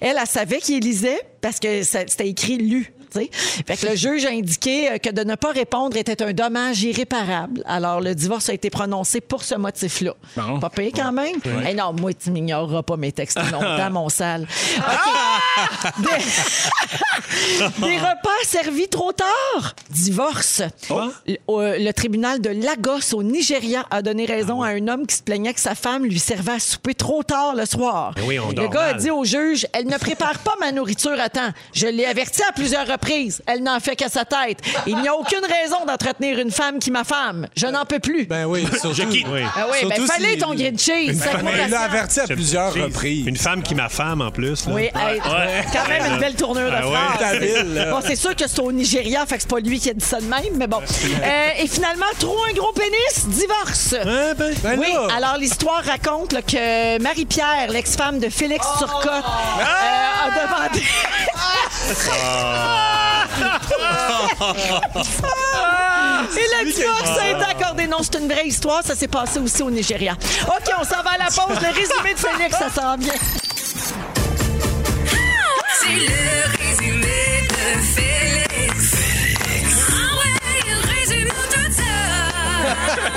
S1: Elle, elle savait qu'il lisait parce que ça- c'était écrit lu. tu sais. Fait que le juge a indiqué euh, que de ne pas répondre était un dommage irréparable. Alors, le divorce a été prononcé pour ce motif-là.
S14: Bon.
S1: Pas payé quand même?
S14: Ouais.
S1: Eh non, moi, tu m'ignoreras pas mes textes longtemps, mon sale. OK.
S3: Ah!
S1: Des... Des repas servis trop tard. Divorce. Le, euh, le tribunal de Lagos au Nigeria a donné raison
S3: Ah
S1: à un homme qui se plaignait que sa femme lui servait à souper trop tard le soir.
S3: Ben oui, on
S1: le
S3: dort
S1: gars a
S3: mal.
S1: dit au juge Elle ne prépare pas ma nourriture à temps. Je l'ai averti à plusieurs reprises. Elle n'en fait qu'à sa tête. Il n'y a aucune raison d'entretenir une femme qui ma femme. Je n'en peux plus.
S2: Ben oui, surtout.
S3: Je quitte. Oui.
S1: Ah oui, ben,
S2: Surtout
S1: fallait
S2: si-
S1: ton grilled cheese. ça
S2: femme-
S1: vaut la
S2: Il l'a
S1: peine.
S2: averti à plusieurs
S3: Jeez.
S2: reprises.
S3: Une femme qui m'a femme en plus. là.
S1: Oui, hey, quand même une belle tournure de
S3: Ah ouais.
S1: phrase.
S3: T'habilles, là.
S1: Bon, c'est sûr que c'est au Nigeria, fait que c'est pas lui qui a dit ça de même, mais bon. Euh, et finalement, trop un gros pénis, divorce.
S2: ben
S1: oui,
S2: là.
S1: alors l'histoire raconte là, que Marie-Pierre, l'ex-femme de Félix
S2: Oh!
S1: Turcotte, euh, a
S2: Ah!
S1: demandé... Et le divorce a été accordé. Non, c'est une vraie histoire. Ça s'est passé aussi au Nigeria. OK, on s'en va à la pause. Le résumé de Félix, ça s'en vient.
S14: C'est le résumé de Félix. Ah ouais, il résume tout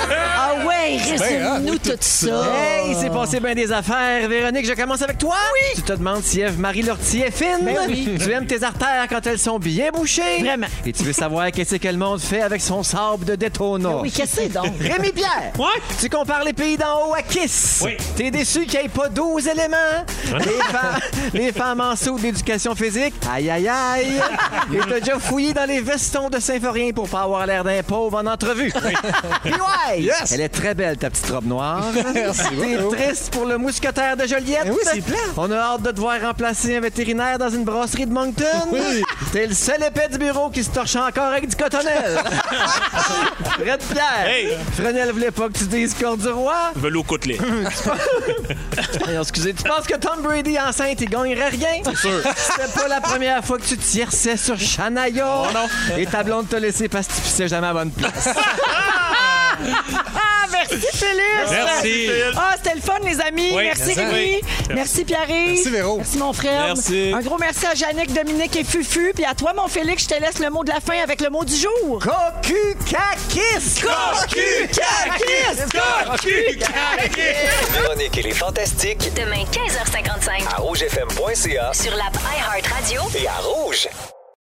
S14: ça.
S1: Ah ouais,
S15: résume-nous
S1: tout ça.
S15: Hey, c'est passé bien des affaires. Véronique, je commence avec toi. Oui. Tu te demandes si Ève-Marie Lortie est fine.
S1: Ben oui.
S15: Tu aimes tes artères quand elles sont bien bouchées.
S1: Vraiment.
S15: Et tu veux savoir qu'est-ce que le monde fait avec son sable de Daytona.
S1: oui, qu'est-ce que c'est donc?
S15: Rémi Pierre. Tu compares les pays d'en haut à Kiss.
S14: Oui.
S15: T'es déçu qu'il n'y ait pas 12 éléments.
S14: Hein?
S15: Les, femmes- les femmes en saut d'éducation physique. Aïe, aïe, aïe. Et t'as déjà fouillé dans les vestons de Saint-Forien pour pas avoir l'air d'un pauvre en entrevue. Puis ouais,
S14: Yes.
S15: Elle est très belle, ta petite robe noire.
S14: Merci
S15: T'es
S14: beaucoup.
S15: triste pour le mousquetaire de Joliette.
S14: Ben oui, c'est plat.
S15: On a hâte de te voir remplacer un vétérinaire dans une brasserie de Moncton.
S14: Oui.
S15: T'es le seul épais du bureau qui se torche encore avec du cotonnel. Red Pierre.
S5: Hey.
S15: Fresnel voulait pas que tu dises corps du roi.
S5: Velours côtelé.
S15: Voyons, excusez, tu penses que Tom Brady enceinte, il gagnerait rien? C'est
S5: sûr.
S15: C'était pas la première fois que tu tierçais sur Shania.
S5: Oh non.
S15: Et ta blonde t'a laissé parce que tu pissais jamais à bonne place.
S1: Ah, Merci Félix.
S15: Merci.
S1: Ah, c'était le fun les amis.
S15: Oui,
S1: merci
S15: merci.
S1: Rémi.
S15: Oui.
S1: Merci Pierre. Merci Véro. Merci mon frère.
S15: Merci.
S1: Un gros merci à Yannick, Dominique et Fufu. Puis à toi mon Félix, je te laisse le mot de la fin avec le mot du jour.
S5: Oh,
S15: Cocu-cacis.
S1: Cocu-cacis.
S16: Véronique et les Fantastiques
S17: Demain, 15h55.
S16: à rougefm.ca
S17: Sur l'app iHeartRadio.
S16: et à Rouge.